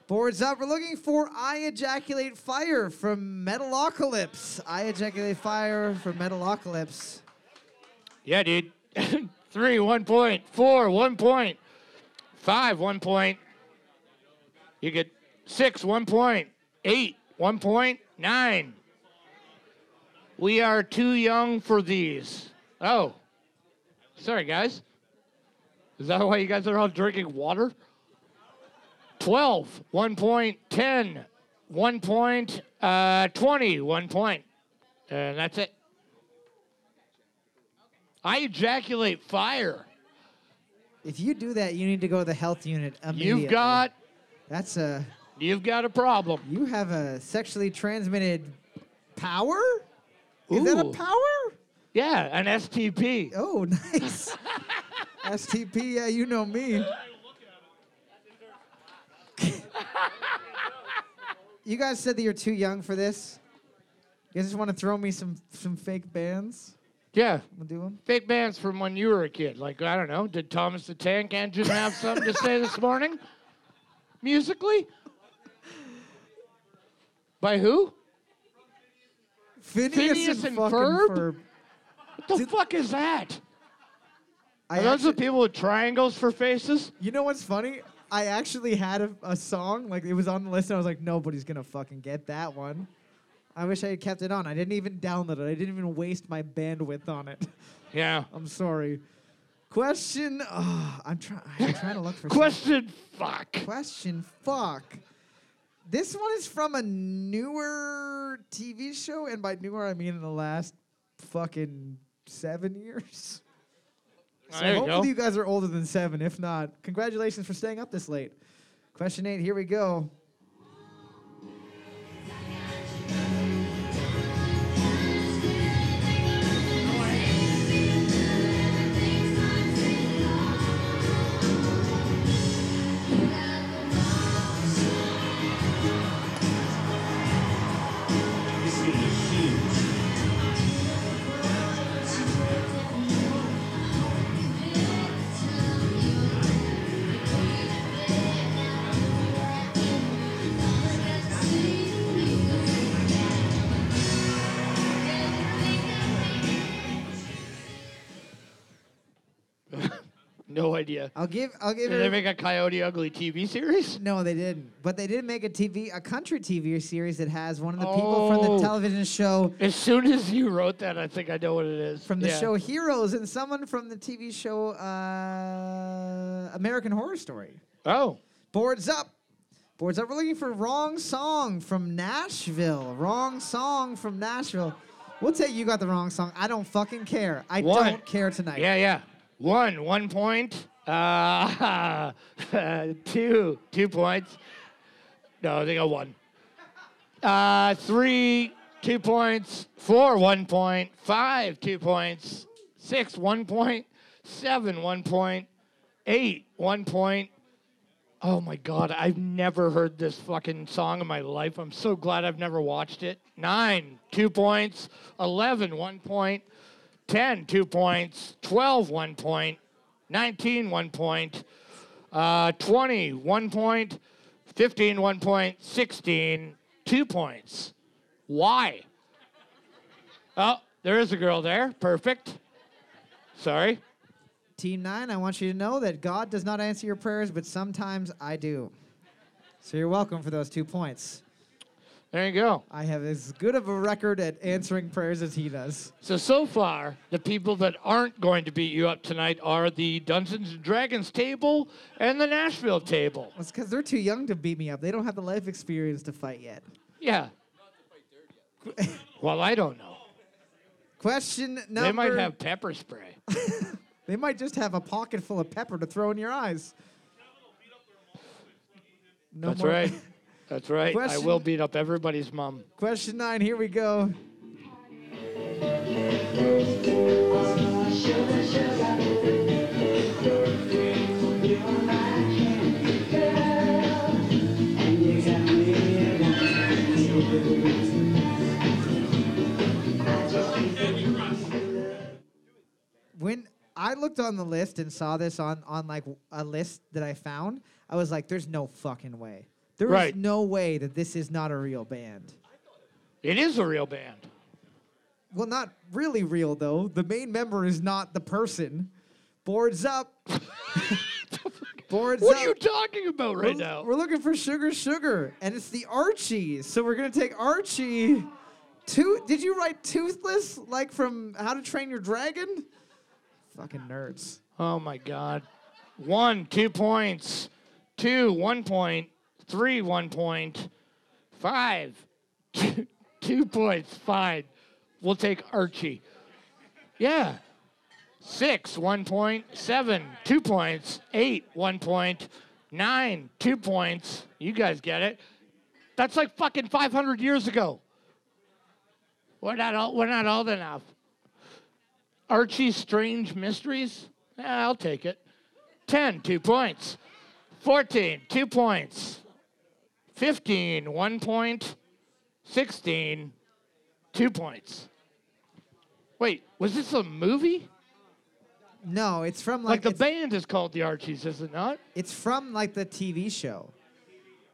S1: Boards up. We're looking for I Ejaculate Fire from Metalocalypse. I Ejaculate Fire from Metalocalypse.
S2: Yeah, dude. Three, one point. Four, one point. Five, one point. You get six, one point. Eight, one point. Nine. We are too young for these. Oh, sorry, guys. Is that why you guys are all drinking water? 12, one point. 10, one point. Uh, 20, one point. And that's it. I ejaculate fire.
S1: If you do that, you need to go to the health unit immediately.
S2: You've got
S1: That's a.
S2: you've got a problem.
S1: You have a sexually transmitted power? Is that a
S2: Ooh.
S1: power?
S2: Yeah, an STP.
S1: Oh, nice. STP, yeah, you know me. you guys said that you're too young for this. You guys just want to throw me some some fake bands?
S2: Yeah,
S1: We'll do them.
S2: fake bands from when you were a kid. Like I don't know, did Thomas the Tank Engine have something to say this morning? Musically? By who?
S1: Phineas,
S2: Phineas
S1: and,
S2: and
S1: fucking
S2: Ferb?
S1: Ferb.
S2: What the fuck is that?
S1: I
S2: Are those
S1: actu-
S2: the people with triangles for faces?
S1: you know what's funny? I actually had a, a song like it was on the list, and I was like, nobody's gonna fucking get that one. I wish I had kept it on. I didn't even download it. I didn't even waste my bandwidth on it.
S2: Yeah.
S1: I'm sorry. Question. ah, I'm trying. I'm trying to look for. some-
S2: Question fuck.
S1: Question. Fuck. This one is from a newer TV show, and by newer I mean in the last fucking seven years.
S2: Oh,
S1: So
S2: there you
S1: hopefully
S2: go.
S1: you guys are older than seven. If not, congratulations for staying up this late. Question eight. Here we go.
S2: No idea.
S1: I'll give. I'll give.
S2: Did they
S1: every-
S2: make a Coyote Ugly TV series?
S1: No, they didn't. But they did make a TV, a country TV series that has one of the people from
S2: Oh.
S1: the television show,
S2: As soon as you wrote that, I think I know what it is.
S1: from the
S2: Yeah.
S1: show Heroes, and someone from the TV show uh, American Horror Story.
S2: Oh.
S1: Boards up. Boards up. We're looking for wrong song from Nashville. Wrong song from Nashville. We'll tell you you got the wrong song. I don't fucking care. I
S2: One.
S1: don't care tonight.
S2: Yeah, yeah. One, one point. Uh, two, two points. No, they got one. Uh, three, two points. Four, one point. Five, two points. Six, one point. Seven, one point. Eight, one point. Oh my God, I've never heard this fucking song in my life. I'm so glad I've never watched it. Nine, two points. Eleven, one point. 10, two points. 12, one point. 19, one point. Uh, 20, one point. 15, one point. 16, two points. Why? Oh, there is a girl there. Perfect. Sorry.
S1: Team Nine, I want you to know that God does not answer your prayers, but sometimes I do. So you're welcome for those two points.
S2: There you go.
S1: I have as good of a record at answering prayers as he does.
S2: So, so far, the people that aren't going to beat you up tonight are the Dungeons and Dragons table and the Nashville table.
S1: It's because they're too young to beat me up. They don't have the life experience to fight yet.
S2: Yeah. Well, I don't know.
S1: Question number.
S2: They might have pepper spray.
S1: They might just have a pocket full of pepper to throw in your eyes. No
S2: That's
S1: more-
S2: right. That's right. I will
S1: Question-
S2: beat up everybody's mom.
S1: Question nine. Here we go. when I looked on the list and saw this on on like w- a list that I found, I was like, "There's no fucking way. There is
S2: Right.
S1: no way that this is not a real band."
S2: It is a real band.
S1: Well, not really real though. The main member is not the person. Boards up. Boards
S2: What
S1: up.
S2: are you talking about right
S1: we're,
S2: now?
S1: We're looking for Sugar Sugar, and it's the Archie. So we're gonna take Archie. Tooth? Did you write Toothless like from How to Train Your Dragon? Fucking nerds.
S2: Oh my God. One, two points. Two, one point. Three, one point. Five, two, two points. Fine. We'll take Archie. Yeah. Six, one point. Seven, two points. Eight, one point. Nine, two points. You guys get it. That's like fucking 500 years ago. We're not, all, we're not old enough. Archie's Strange Mysteries? Yeah, I'll take it. 10, two points. 14, two points. 15, one point. 16, two points. Wait, was this a movie?
S1: No, it's from
S2: Like,
S1: like,
S2: the
S1: it's,
S2: band is called The Archies, is it not?
S1: it's from like the TV show.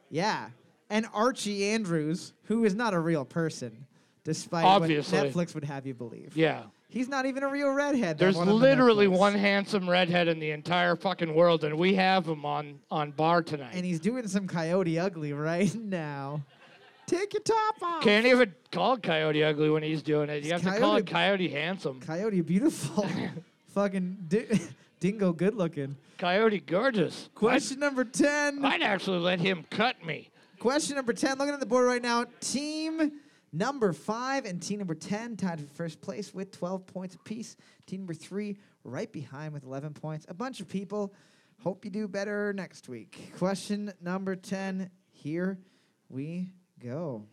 S1: Yeah, and Archie Andrews, who is not a real person, despite
S2: Obviously.
S1: what Netflix would have you believe.
S2: Yeah.
S1: He's not even a real redhead. that
S2: There's
S1: won on the
S2: literally
S1: Netflix.
S2: one handsome redhead in the entire fucking world, and we have him on, on bar tonight.
S1: and he's doing some Coyote Ugly right now. Take your top off.
S2: Can't even call Coyote ugly when he's doing it. You have
S1: It's
S2: to call it
S1: Coyote-
S2: Coyote handsome.
S1: Coyote beautiful. Fucking di- dingo good looking.
S2: Coyote gorgeous.
S1: Question number 10.
S2: I'd, I'd actually let him cut me.
S1: Question number 10. Looking at the board right now. Team number 5 and team number 10 tied for first place with 12 points apiece. Team number 3 right behind with 11 points. A bunch of people. Hope you do better next week. Question number 10. Here we go.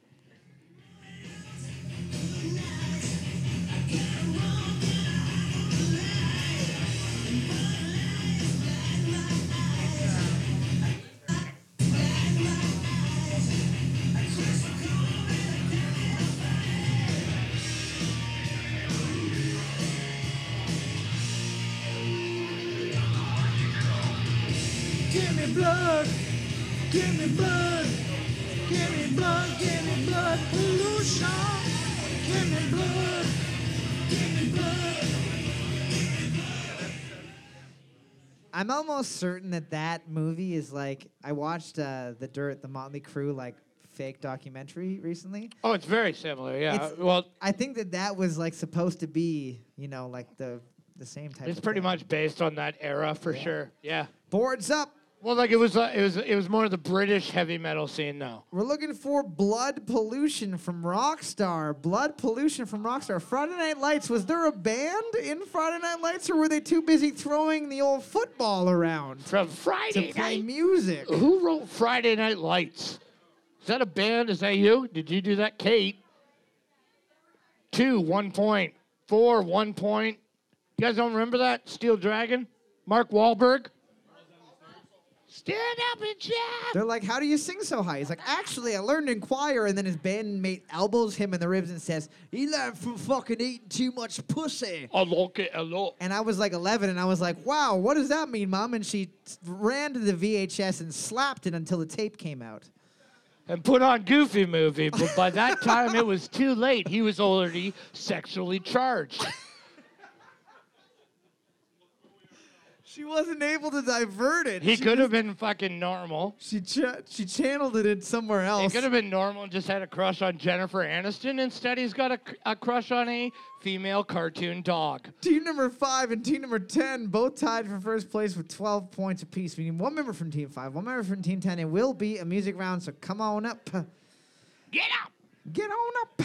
S5: Give me blood. Give me blood. Give me blood. Give me blood. Pollution. Give me blood. Give me blood.
S1: I'm almost certain that that movie is like I watched uh, the Dirt, the Motley Crue like fake documentary recently.
S2: Oh, it's very similar. Yeah.
S1: It's-
S2: well,
S1: I think that that was like supposed to be, you know, like the the same type.
S2: it's
S1: of
S2: pretty
S1: thing.
S2: much based on that era for sure. Yeah.
S1: boards up.
S2: Well, like it was, uh, it was, it was more of the British heavy metal scene though.
S1: We're looking for blood pollution from Rockstar. Blood pollution from Rockstar. Friday Night Lights. Was there a band in Friday Night Lights, or were they too busy throwing the old football around
S2: From
S1: to
S2: Friday
S1: play
S2: Night.
S1: music?
S2: Who wrote Friday Night Lights? Is that a band? Is that you? Did you do that, Kate? Two, one point. Four, one point. You guys don't remember that? Steel Dragon? Mark Wahlberg? Stand up and shout!
S1: They're like, "How do you sing so high?" He's like, "Actually, I learned in choir." And then his bandmate elbows him in the ribs and says, "He learned from fucking eating too much pussy."
S2: I like it a lot.
S1: And I was like 11, and I was like, "Wow, what does that mean, mom?" And she s- ran to the VHS and slapped it until the tape came out.
S2: and put on Goofy Movie, but by that time it was too late. He was already sexually charged.
S1: She wasn't able to divert it.
S2: He
S1: She
S2: could have been fucking normal.
S1: She cha- she channeled it in somewhere
S2: He
S1: else.
S2: could have been normal and just had a crush on Jennifer Aniston. Instead, he's got a, cr- a crush on a female cartoon dog.
S1: Team number five and team number 10 both tied for first place with 12 points apiece. We need one member from team five, one member from team 10. It will be a music round, so come on up.
S2: Get up!
S1: Get on up.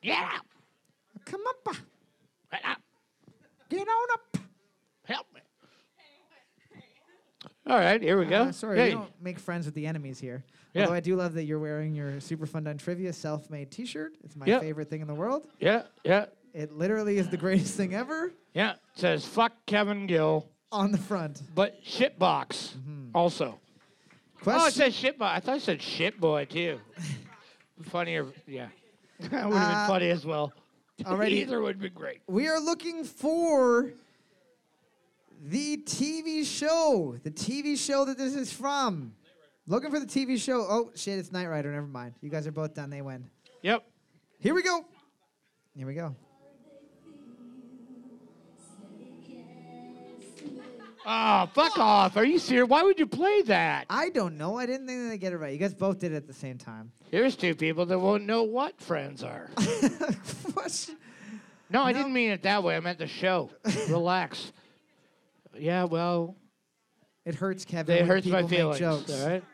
S2: Get up!
S1: Come up.
S2: Get up!
S1: Get on up.
S2: Help me! All right, here we go.
S1: Uh, sorry, we
S2: Hey,
S1: don't make friends with the enemies here.
S2: Yeah.
S1: Although I do love that you're wearing your Super Fun Done Trivia self-made T-shirt. It's my
S2: Yep.
S1: favorite thing in the world.
S2: yeah, yeah,
S1: It literally is the greatest thing ever
S2: yeah. It says fuck Kevin Gill,
S1: on the front.
S2: but shitbox
S1: Mm-hmm.
S2: also. Oh, it
S1: Question.
S2: says shit boy. I thought it said shit boy too. Funnier, yeah. would have
S1: Uh,
S2: been funny as well.
S1: alrighty.
S2: Either would be great.
S1: We are looking for the TV show, the TV show that this is from. Looking for the TV show. Oh shit, it's Knight Rider. Never mind. You guys are both done. They win.
S2: Yep.
S1: Here we go. Here we go.
S2: Oh, fuck off. Are you serious? Why would you play that?
S1: I don't know. I didn't think they get it right. You guys both did it at the same time.
S2: Here's two people that won't know what friends are.
S1: What's-
S2: No, I didn't mean it that way. I meant the show. Relax. Yeah, well,
S1: It hurts Kevin.
S2: it
S1: when
S2: hurts my
S1: people make
S2: feelings.
S1: Jokes
S2: All right.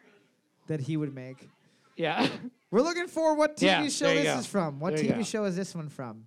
S1: that he would make.
S2: Yeah.
S1: We're looking for what TV
S2: Yeah,
S1: show
S2: there you
S1: this
S2: go.
S1: is from. What
S2: There you
S1: TV
S2: go.
S1: show is this one from?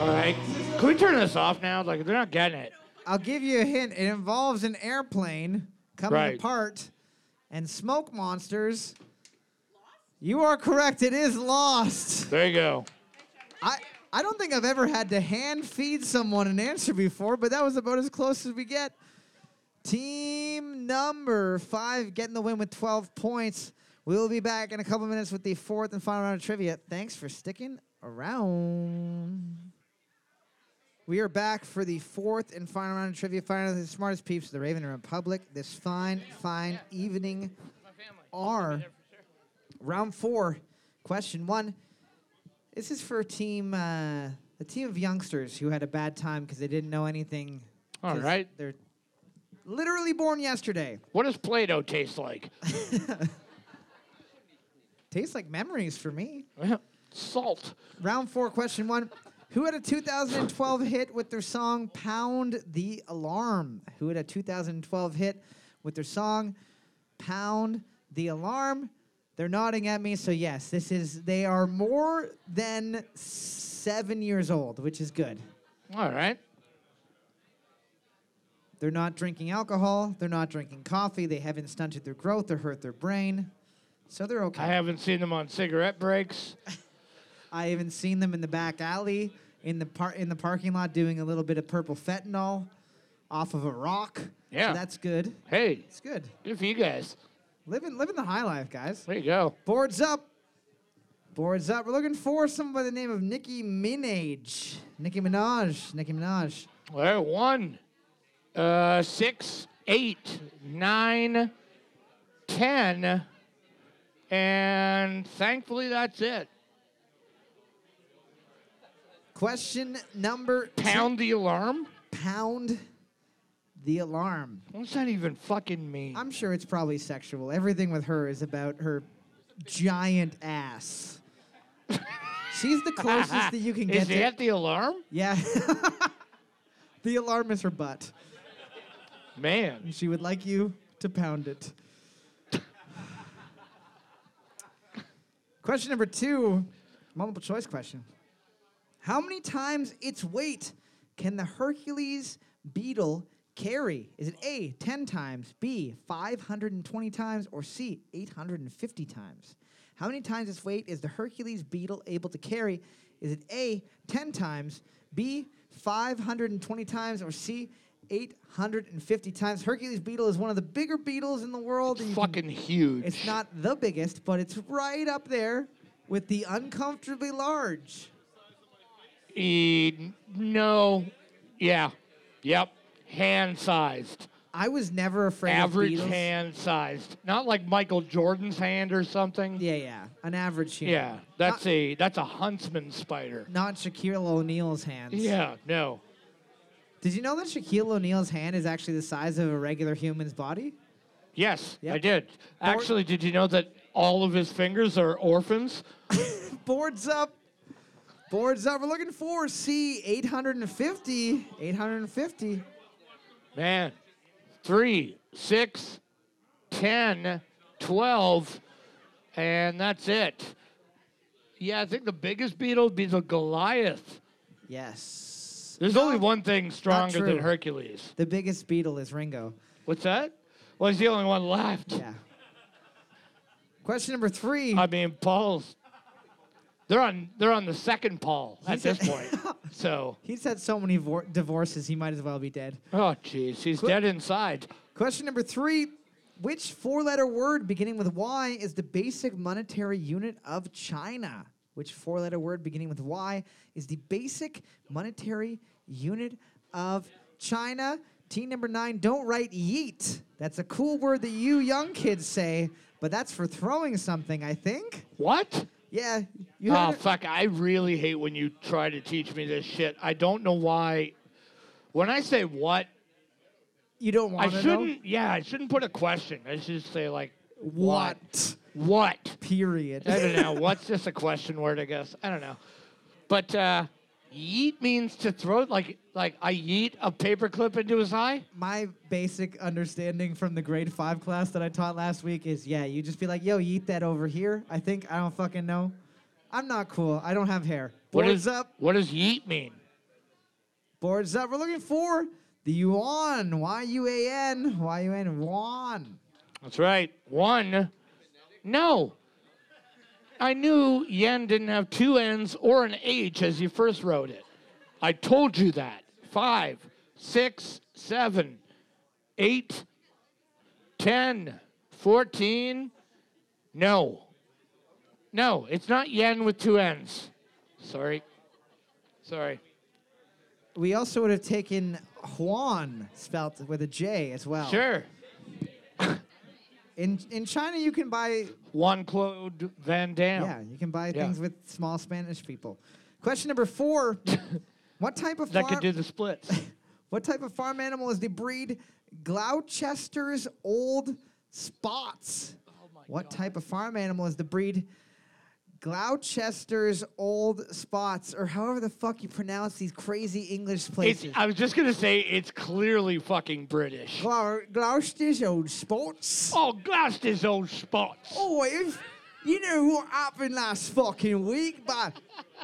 S2: All right. Can we turn this off now? Like, they're not getting it.
S1: I'll give you a hint. It involves an airplane coming
S2: Right.
S1: apart and smoke monsters. You are correct. It is Lost.
S2: There you go.
S1: I I don't think I've ever had to hand feed someone an answer before, but that was about as close as we get. Team number five getting the win with 12 points. We'll be back in a couple minutes with the fourth and final round of trivia. Thanks for sticking around. We are back for the fourth and final round of trivia. Finally, the smartest peeps of the Raven Republic. This fine, fine evening are round four, question one. This is for a team, uh, a team of youngsters who had a bad time because they didn't know anything.
S2: All
S1: 'cause
S2: right.
S1: They're literally born yesterday.
S2: What does Play Doh taste like?
S1: Tastes like memories for me.
S2: Salt.
S1: Round four, question one. Who had a 2012 hit with their song Pound the Alarm? Who had a 2012 hit with their song Pound the Alarm? They're nodding at me, so yes, this is, they are more than seven years old, which is good.
S2: All right.
S1: They're not drinking alcohol, they're not drinking coffee, they haven't stunted their growth or hurt their brain, so they're okay.
S2: I haven't seen them on cigarette breaks.
S1: I even seen them in the back alley, in the par- in the parking lot, doing a little bit of purple fentanyl off of a rock.
S2: Yeah.
S1: so that's good.
S2: Hey,
S1: It's good.
S2: good for you guys.
S1: Living living the high life, guys.
S2: There you go.
S1: Boards up. Boards up. We're looking for someone by the name of Nicki Minaj. Nicki Minaj. Nicki Minaj.
S2: Well, one, uh, six, eight, nine, ten, and thankfully that's it.
S1: Question number two.
S2: Pound the alarm?
S1: Pound the alarm.
S2: What's that even fucking mean?
S1: I'm sure it's probably sexual. Everything with her is about her giant ass. She's the closest that you can
S2: Is
S1: get.
S2: he
S1: To,
S2: at the alarm?
S1: yeah. the alarm is her butt.
S2: Man.
S1: She would like you to pound it. question number two multiple choice question. How many times its weight can the Hercules beetle carry? Is it A, 10 times, B, 520 times, or C, 850 times? How many times its weight is the Hercules beetle able to carry? Is it A, 10 times, B, 520 times, or C, 850 times? Hercules beetle is one of the bigger beetles in the world. and you can-
S2: Fucking huge.
S1: it's not the biggest, but it's right up there with the uncomfortably large.
S2: E- no. Yeah. Yep. Hand sized.
S1: I was never afraid
S2: Average
S1: of Beatles.
S2: hand sized. Not like Michael Jordan's hand or something.
S1: Yeah, yeah, an average hand.
S2: Yeah, that's a that's a huntsman spider.
S1: Not Shaquille O'Neal's hands.
S2: Yeah, no.
S1: Did you know that Shaquille O'Neal's hand is actually the size of a regular human's body?
S2: Yes, I
S1: Yep.
S2: did. Actually, did you know that all of his fingers are orphans?
S1: Boards up. Boards up. We're looking for C 850. 850.
S2: Man, three, six, ten, twelve, and that's it. Yeah, I think the biggest beetle would be the Goliath.
S1: Yes.
S2: There's only one thing stronger than
S1: true.
S2: Hercules.
S1: The biggest beetle is Ringo.
S2: What's that? Well, he's the only one left.
S1: Yeah. Question number three.
S2: I mean, Paul's They're on they're on the second Paul at this point. So
S1: He's had so many vor- divorces, he might as well be dead.
S2: oh jeez, he's dead inside.
S1: Question number three Which four letter word beginning with Y is the basic monetary unit of China? Which four letter word beginning with Y is the basic monetary unit of China? Team number nine, don't write yeet. That's a cool word that you young kids say, but that's for throwing something, I think.
S2: What?
S1: Yeah. You
S2: Oh
S1: heard it.
S2: fuck! I really hate when you try to teach me this shit. I don't know why. When I say what,
S1: you don't
S2: I
S1: want to
S2: shouldn't. Yeah, I shouldn't put a question. I should just say like
S1: What?
S2: what.
S1: Period.
S2: I don't know. What's just a question word? I guess I don't know. But uh, yeet means to throw. Like like I yeet a paperclip into his eye.
S1: my basic understanding from the grade five class that I taught last week is yeah, you just be like, yo, you eat that over here. I think I don't fucking know. I'm not cool. I don't have hair.
S2: What
S1: Boards
S2: is
S1: up.
S2: What does yeet mean?
S1: Boards up. We're looking for the yuan. Y U A N. Y U N. Yuan.
S2: That's right. One. No. I knew yen didn't have two N's or an H as you first wrote it. I told you that. Five, six, seven, eight, ten, fourteen. No. No, it's not yen with two N's. Sorry. Sorry.
S1: We also would have taken Juan spelt with a J as well.
S2: Sure.
S1: In in China you can buy
S2: Juan Claude Van Damme.
S1: yeah, you can buy
S2: Oh. Yeah.
S1: things with small Spanish people. Question number four. what type of
S2: That
S1: farm-
S2: could do the splits.
S1: What type of farm animal is the breed Gloucester's Old Spots? what type of farm animal is the breed Gloucester's Old Spots, or however the fuck you pronounce these crazy English
S2: It's,
S1: places?
S2: I was just gonna say it's clearly fucking British.
S1: Glou- Gloucester's Old Spots.
S2: Oh, Gloucester's old spots.
S1: Oh, if you know what happened last fucking week, but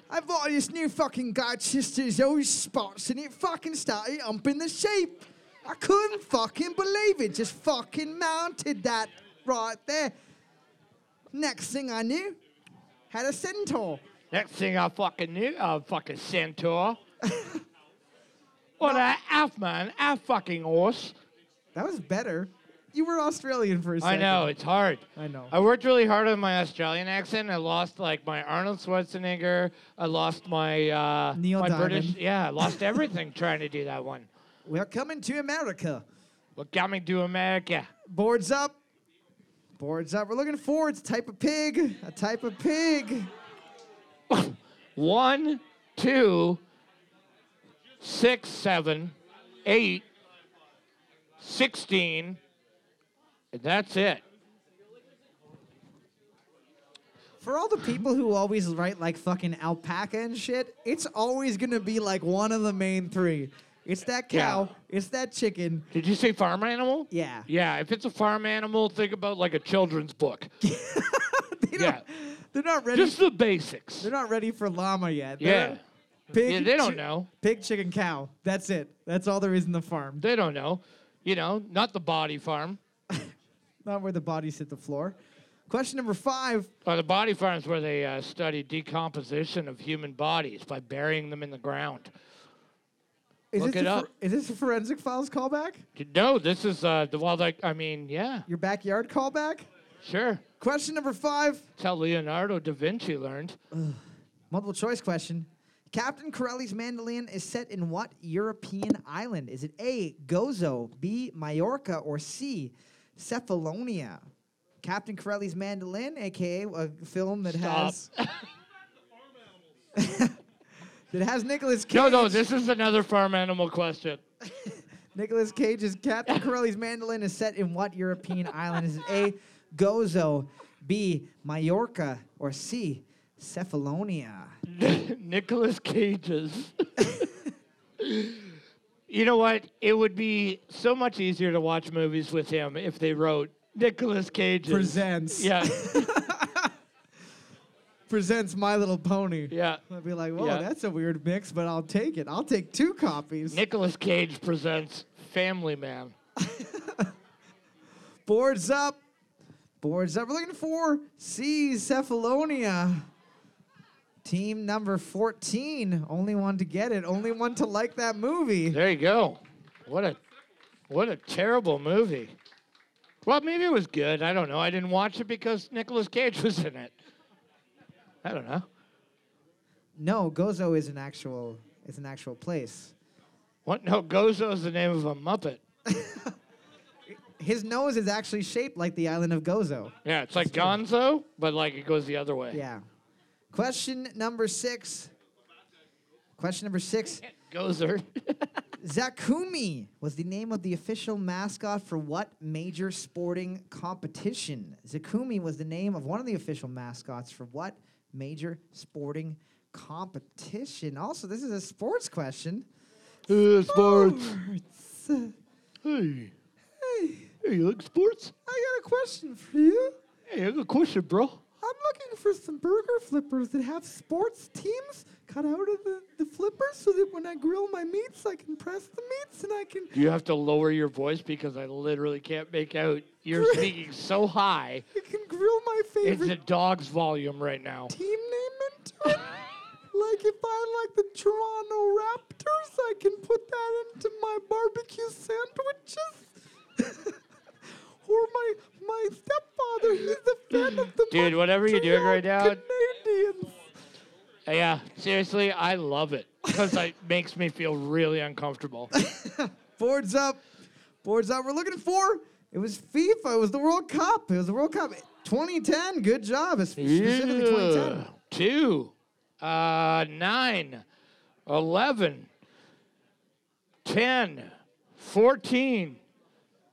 S1: I bought this new fucking Gloucester's old spots and it fucking started humping the sheep. I couldn't fucking believe it. Just fucking mounted that right there. Next thing I knew, had a centaur.
S2: Next thing I fucking knew, I fucking centaur. what a half man, half fucking horse.
S1: That was better. You were Australian for a
S2: I
S1: second.
S2: know it's hard.
S1: I know.
S2: I worked really hard on my Australian accent. I lost like my Arnold Schwarzenegger. I lost my uh,
S1: Neil
S2: my British.
S1: Diamond.
S2: Yeah, I lost everything trying to do that one.
S1: We're coming to America.
S2: What got me to America?
S1: Boards up. Boards up. We're looking forward to type of pig. A type of pig.
S2: One, two, six, seven, eight, sixteen, and that's it.
S1: For all the people who always write like fucking alpaca and shit, it's always gonna be like one of the main three. It's that cow, it's that chicken.
S2: Did you say farm animal?
S1: Yeah.
S2: Yeah, if it's a farm animal, think about like a children's book.
S1: They don't-
S2: Yeah.
S1: They're not ready.
S2: Just the basics.
S1: they're not ready for llama yet.
S2: Yeah.
S1: They're Pig,
S2: Yeah, they don't
S1: chi-
S2: know.
S1: Pig, chicken, cow. That's it. That's all there is in the farm.
S2: They don't know. You know, not the body farm.
S1: Not where the bodies hit the floor. Question number five.
S2: Or Uh, the body farms where they uh, study decomposition of human bodies by burying them in the ground.
S1: Is
S2: Look
S1: this
S2: it
S1: a
S2: up.
S1: is this a forensic files callback?
S2: No, this is uh, the wild. I mean, yeah,
S1: Your backyard callback?
S2: sure.
S1: Question number five.
S2: That's how Leonardo da Vinci learned.
S1: Multiple choice question. Captain Corelli's Mandolin is set in what European island? Is it A, Gozo, B, Majorca, or C, Cephalonia? Captain Corelli's Mandolin, aka a film that
S2: Stop.
S1: has. that has Nicolas Cage.
S2: No, no, this is another farm animal question.
S1: Nicolas Cage's Captain Corelli's Mandolin is set in what European island? Is it A, Gozo, B, Majorca, or C, Cephalonia?
S2: Nicholas Cage's. you know what? It would be so much easier to watch movies with him if they wrote Nicholas Cage's.
S1: Presents.
S2: Yeah,
S1: Presents My Little Pony.
S2: yeah.
S1: I'd be like, whoa,
S2: Yeah.
S1: that's a weird mix, but I'll take it. I'll take two copies.
S2: Nicholas Cage presents Family Man.
S1: Boards up. Boards up. We're looking for C. Cephalonia. Team number 14, only one to get it, only one to like that movie.
S2: There you go. What a what a terrible movie. Well, maybe it was good. I don't know. I didn't watch it because Nicolas Cage was in it. I don't know.
S1: No, Gozo is an actual is an actual place.
S2: What? No, Gozo is the name of a Muppet.
S1: His nose is actually shaped like the island of Gozo.
S2: Yeah, it's like Gonzo, but like it goes the other way.
S1: Yeah. Question number 6. Question number 6.
S2: Gozer.
S1: Zakumi was the name of the official mascot for what major sporting competition? Zakumi was the name of one of the official mascots for what major sporting competition? Also, this is a sports question.
S2: uh, sports. Hey. Hey, you like sports?
S1: I got a question for you.
S2: Hey, I got a question, bro.
S1: I'm looking for some burger flippers that have sports teams cut out of the, the flippers so that when I grill my meats, I can press the meats and I can.
S2: Do you have to lower your voice because I literally can't make out? You're speaking so high.
S1: I can grill my
S2: It's a
S1: favorite
S2: dog's volume right now.
S1: team name into it. like if I like the Toronto Raptors, I can put that into my barbecue sandwiches. or my my stepfather, he's a fan of the
S2: Dude, whatever you're doing right now-
S1: Montreal Canadiens.
S2: Yeah, seriously, I love it because it makes me feel really uncomfortable.
S1: Boards up. Boards up. We're looking for. It was FIFA. It was the World Cup. It was the World Cup. 2010. Good job. It's Specifically 2010.
S2: Yeah. Two, uh, nine, 11, 10, 14.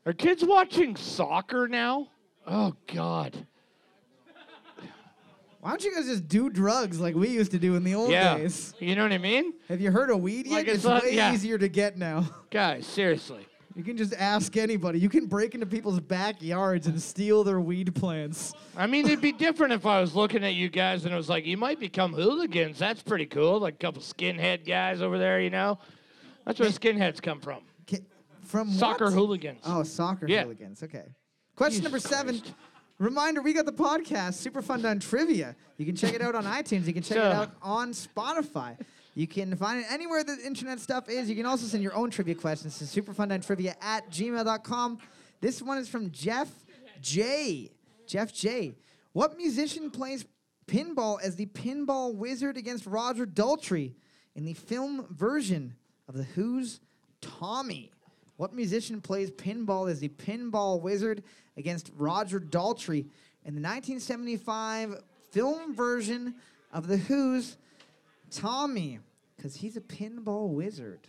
S2: Are kids watching soccer now? Oh, God.
S1: Why don't you guys just do drugs like we used to do in the old
S2: Yeah.
S1: days?
S2: You know what I mean?
S1: Have you heard of weed yet?
S2: Like,
S1: it's
S2: it's not-
S1: way
S2: yeah.
S1: easier to get now.
S2: Guys, seriously.
S1: You can just ask anybody. You can break into people's backyards and steal their weed plants.
S2: I mean, it'd be different if I was looking at you guys and it was like, you might become hooligans. That's pretty cool. Like a couple skinhead guys over there, you know? That's where skinheads come from.
S1: Ca- From
S2: Soccer
S1: what?
S2: hooligans.
S1: Oh, soccer
S2: Yeah.
S1: hooligans. Okay. Question
S2: Jesus
S1: number seven.
S2: Christ.
S1: Reminder: We got the podcast Super Fun Done Trivia. You can check it out on iTunes. You can check it
S2: Yeah.
S1: out on Spotify. You can find it anywhere the internet stuff is. You can also send your own trivia questions to superfundonetrivia at gmail.com. This one is from Jeff J. Jeff J. What musician plays pinball as the pinball wizard against Roger Daltrey in the film version of The Who's Tommy? What musician plays pinball as the pinball wizard against Roger Daltrey in the 1975 film version of The Who's Tommy? Because he's a pinball wizard.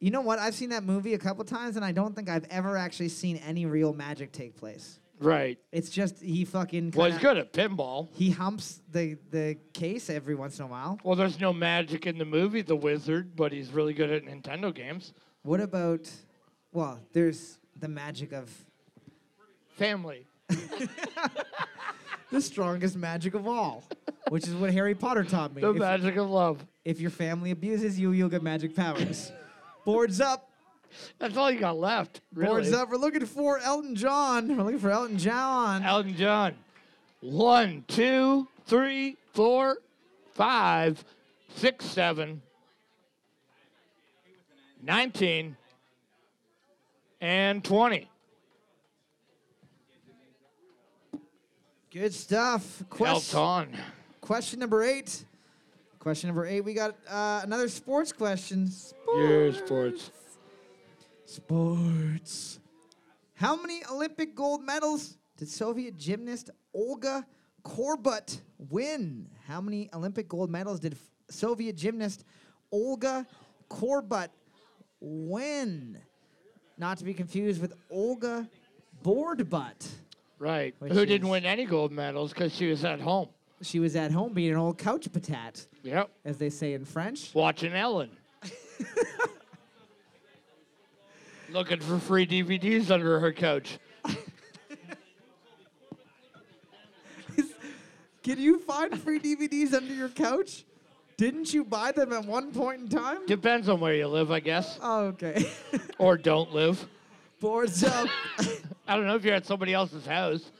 S1: You know what? I've seen that movie a couple times, and I don't think I've ever actually seen any real magic take place.
S2: Right.
S1: It's just he fucking.
S2: Well, he's
S1: kinda-
S2: good at pinball.
S1: He humps the, the case every once in a while.
S2: Well, there's no magic in the movie The Wizard, but he's really good at Nintendo games.
S1: What about? Well, there's the magic of
S2: Family.
S1: the strongest magic of all, which is what Harry Potter taught me.
S2: The
S1: If-
S2: magic of love.
S1: If your family abuses you, you'll get magic powers. Boards up.
S2: That's all you got left. Really.
S1: Boards up. We're looking for Elton John. We're looking for Elton John.
S2: Elton John. One, two, three, four, five, six, seven, nineteen, and 20.
S1: Good stuff. Question,
S2: Elton.
S1: question number eight. Question number eight. We got uh, another sports question.
S2: Yeah,
S1: Sports.
S2: sports.
S1: Sports. How many Olympic gold medals did Soviet gymnast Olga Korbut win? How many Olympic gold medals did f- Soviet gymnast Olga Korbut win? Not to be confused with Olga Boardbutt.
S2: Right.
S1: Which
S2: Who didn't
S1: is-
S2: win any gold medals because she was at home.
S1: She was at home being an old couch patat,
S2: Yep.
S1: as they say in French.
S2: Watching Ellen. Looking for free DVDs under her couch.
S1: Can you find free DVDs under your couch? Didn't you buy them at one point in time?
S2: Depends on where you live, I guess,
S1: Oh, okay.
S2: or don't live.
S1: Boards up.
S2: I don't know if you're at somebody else's house.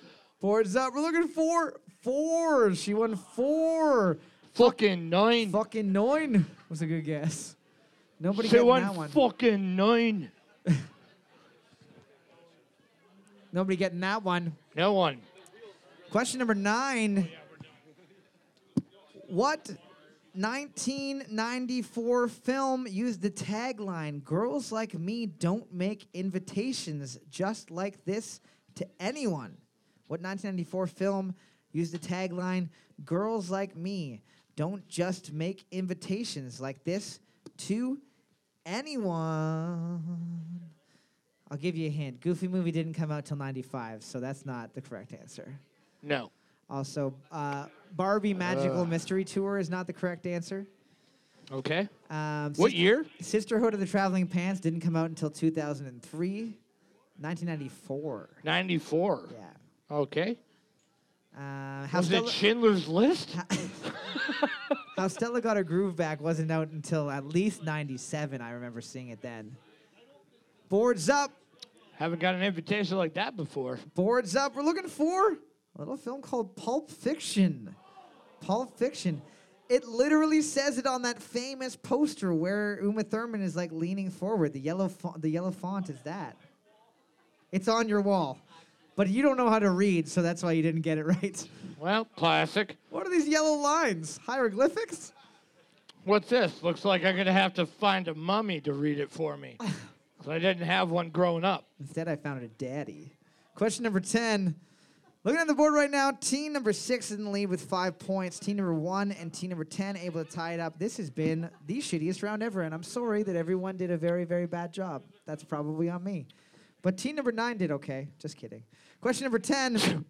S1: Boards up. We're looking for four. She won four.
S2: Fucking nine.
S1: Fucking nine was a good guess. Nobody
S2: she
S1: got
S2: won
S1: that one.
S2: fucking nine.
S1: Nobody getting that one.
S2: No one.
S1: Question number nine. What 1994 film used the tagline "Girls like me don't make invitations just like this to anyone"? What 1994 film used the tagline "Girls like me don't just make invitations like this to anyone"? I'll give you a hint. Goofy movie didn't come out till 95, so that's not the correct answer.
S2: No.
S1: Also, uh, Barbie Magical Mystery Tour is not the correct answer.
S2: Okay.
S1: Um,
S2: What
S1: Sis-
S2: year?
S1: Sisterhood of the Traveling Pants didn't come out until 2003, 1994.
S2: 94.
S1: Yeah.
S2: Okay.
S1: Uh, how,
S2: Was it
S1: Stella,
S2: Schindler's List?
S1: how Stella Got Her Groove Back wasn't out until at least 97. I remember seeing it then. Boards up.
S2: Haven't got an invitation like that before.
S1: Boards up. We're looking for a little film called Pulp Fiction. Pulp Fiction. It literally says it on that famous poster where Uma Thurman is like leaning forward. The yellow font, the yellow font is that. It's on your wall. But you don't know how to read, so that's why you didn't get it right.
S2: Well, classic.
S1: What are these yellow lines? Hieroglyphics?
S2: What's this? Looks like I'm going to have to find a mummy to read it for me. 'Cause I didn't have one growing up.
S1: Instead, I found it a daddy. Question number 10. Looking at the board right now, team number six is in the lead with five points. Team number one and team number 10 able to tie it up. This has been the shittiest round ever, and I'm sorry that everyone did a very, very bad job. That's probably on me. But team number nine did okay. Just kidding. Question number 10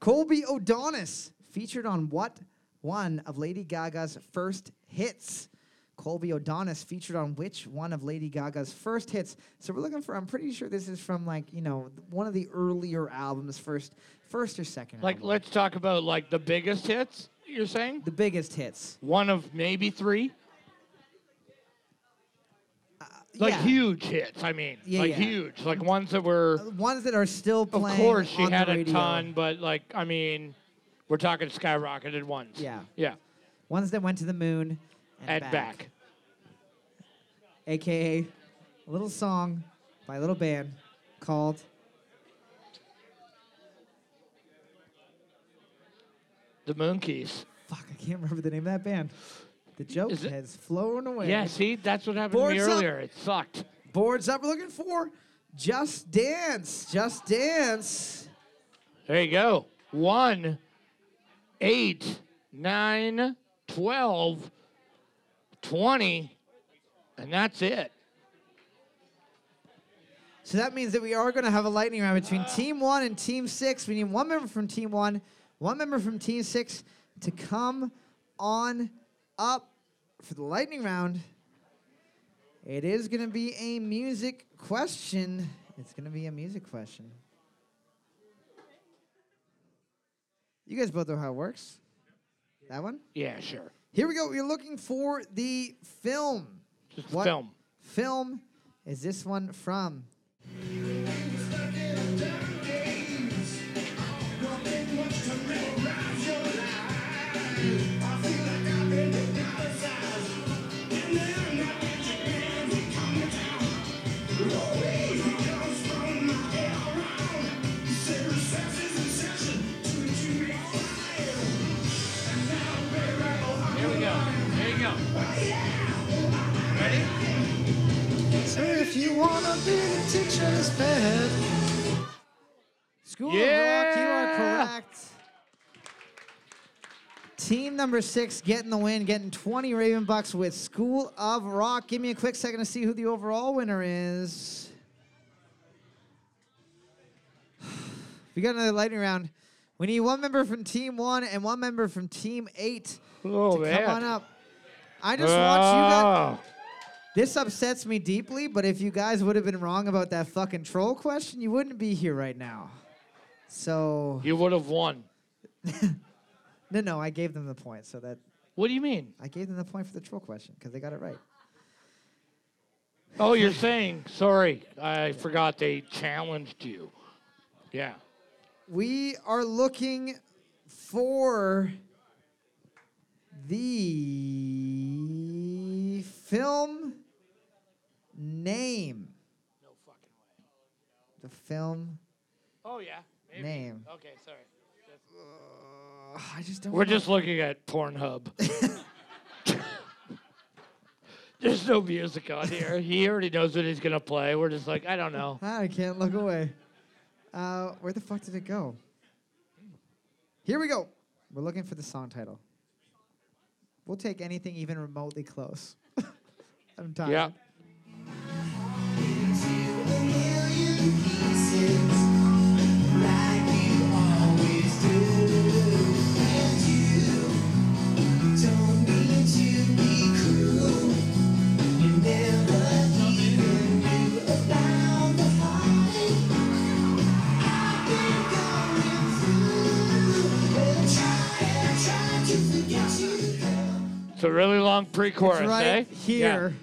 S1: Colby O'Donis featured on what one of Lady Gaga's first hits? Colby O'Donis featured on which one of Lady Gaga's first hits? So we're looking for. I'm pretty sure this is from like you know one of the earlier albums, first, first or second.
S2: Like,
S1: album.
S2: let's talk about like the biggest hits. You're saying
S1: the biggest hits.
S2: one of maybe three, like
S1: yeah.
S2: huge hits. I mean,
S1: Yeah,
S2: like
S1: yeah.
S2: huge, like ones that were.
S1: The ones that are still
S2: Of
S1: playing.
S2: course, she
S1: on the
S2: had a
S1: radio.
S2: ton, but like, I mean, we're talking skyrocketed ones.
S1: Yeah.
S2: Yeah.
S1: Ones that went to the moon and,
S2: And back.
S1: AKA a little song by a little band called
S2: The Moonkeys.
S1: Fuck, I can't remember the name of that band. The joke
S2: Is it-
S1: has flown away.
S2: Yeah, see, that's what happened to
S1: Oh, Boards
S2: me
S1: up.
S2: earlier. It sucked.
S1: Boards up, we're looking for Just Dance. Just Dance.
S2: There you go. One, eight, nine, 12, 20, and that's it.
S1: So that means that we are going to have a lightning round between Team 1 and Team 6. We need one member from Team 1, one member from Team 6 to come on up for the lightning round. It is going to be a music question. It's going to be a music question. You guys both know how it works. That one?
S2: Yeah, sure.
S1: Here we go. We're looking for the film.
S2: Just
S1: What
S2: film.
S1: Film is this one from?
S2: Here we go. There you go.
S5: If you wanna be the teacher's pet.
S1: School of Rock, you are
S2: Yeah!
S1: correct. Team number six getting the win, getting 20 Raven Bucks with School of Rock. Give me a quick second to see who the overall winner is. We got another lightning round. We need one member from Team One and one member from Team Eight
S2: Oh,
S1: to
S2: man.
S1: come on up. I just want you guys.
S2: Oh.
S1: This upsets me deeply, but if you guys would have been wrong about that fucking troll question, you wouldn't be here right now. So
S2: You would have won.
S1: no, no, I gave them the point. So that
S2: What do you mean?
S1: I gave them the point for the troll question because they got it right.
S2: Oh, you're saying, sorry, I forgot they challenged you. Yeah.
S1: We are looking for the film name.
S2: No fucking way.
S1: The film.
S2: Oh yeah. Maybe.
S1: Name.
S2: Okay, sorry.
S1: Ugh, I just don't.
S2: We're
S1: know.
S2: just looking at Pornhub. There's no music on here. He already knows what he's gonna play. We're just like, I don't know.
S1: I can't look away. Uh, where the fuck did it go? Here we go. We're looking for the song title. We'll take anything even remotely close. I'm tired.
S2: Yeah. It's a really long pre-chorus,
S1: It's right
S2: eh? Yeah.
S1: here.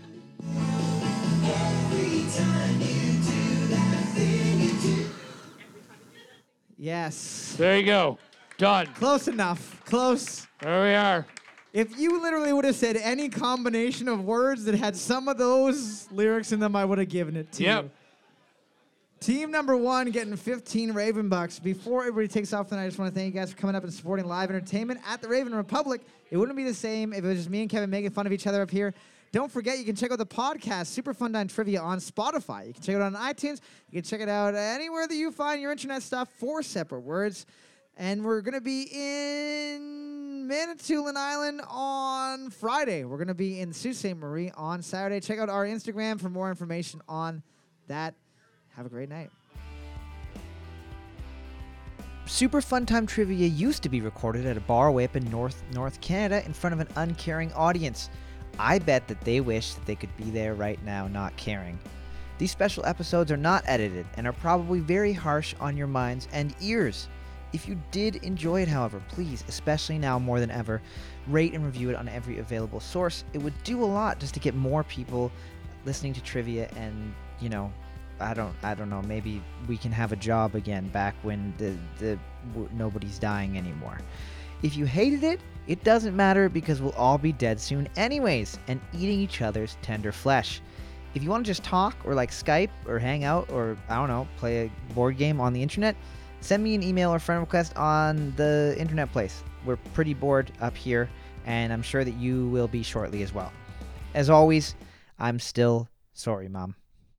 S1: Yes.
S2: There you go. Done.
S1: Close enough. Close.
S2: There we are.
S1: If you literally would have said any combination of words that had some of those lyrics in them, I would have given it to
S2: Yep.
S1: you. Team number one getting 15 Raven Bucks. Before everybody takes off tonight, I just want to thank you guys for coming up and supporting live entertainment at the Raven Republic. It wouldn't be the same if it was just me and Kevin making fun of each other up here. Don't forget, you can check out the podcast, Super Fun Dine Trivia, on Spotify. You can check it out on iTunes. You can check it out anywhere that you find your internet stuff for separate words. And we're going to be in Manitoulin Island on Friday. We're going to be in Sault Ste. Marie on Saturday. Check out our Instagram for more information on that. Have a great night.
S6: Super Fun Time Trivia used to be recorded at a bar way up in North North Canada in front of an uncaring audience. I bet that they wish that they could be there right now not caring. These special episodes are not edited and are probably very harsh on your minds and ears. If you did enjoy it, however, please, especially now more than ever, rate and review it on every available source. It would do a lot just to get more people listening to trivia and, you know, I don't I don't know, maybe we can have a job again back when the the w- nobody's dying anymore. If you hated it, it doesn't matter because we'll all be dead soon anyways and eating each other's tender flesh. If you want to just talk or like Skype or hang out or I don't know, play a board game on the internet, send me an email or friend request on the internet place. We're pretty bored up here and I'm sure that you will be shortly as well. As always, I'm still sorry, mom.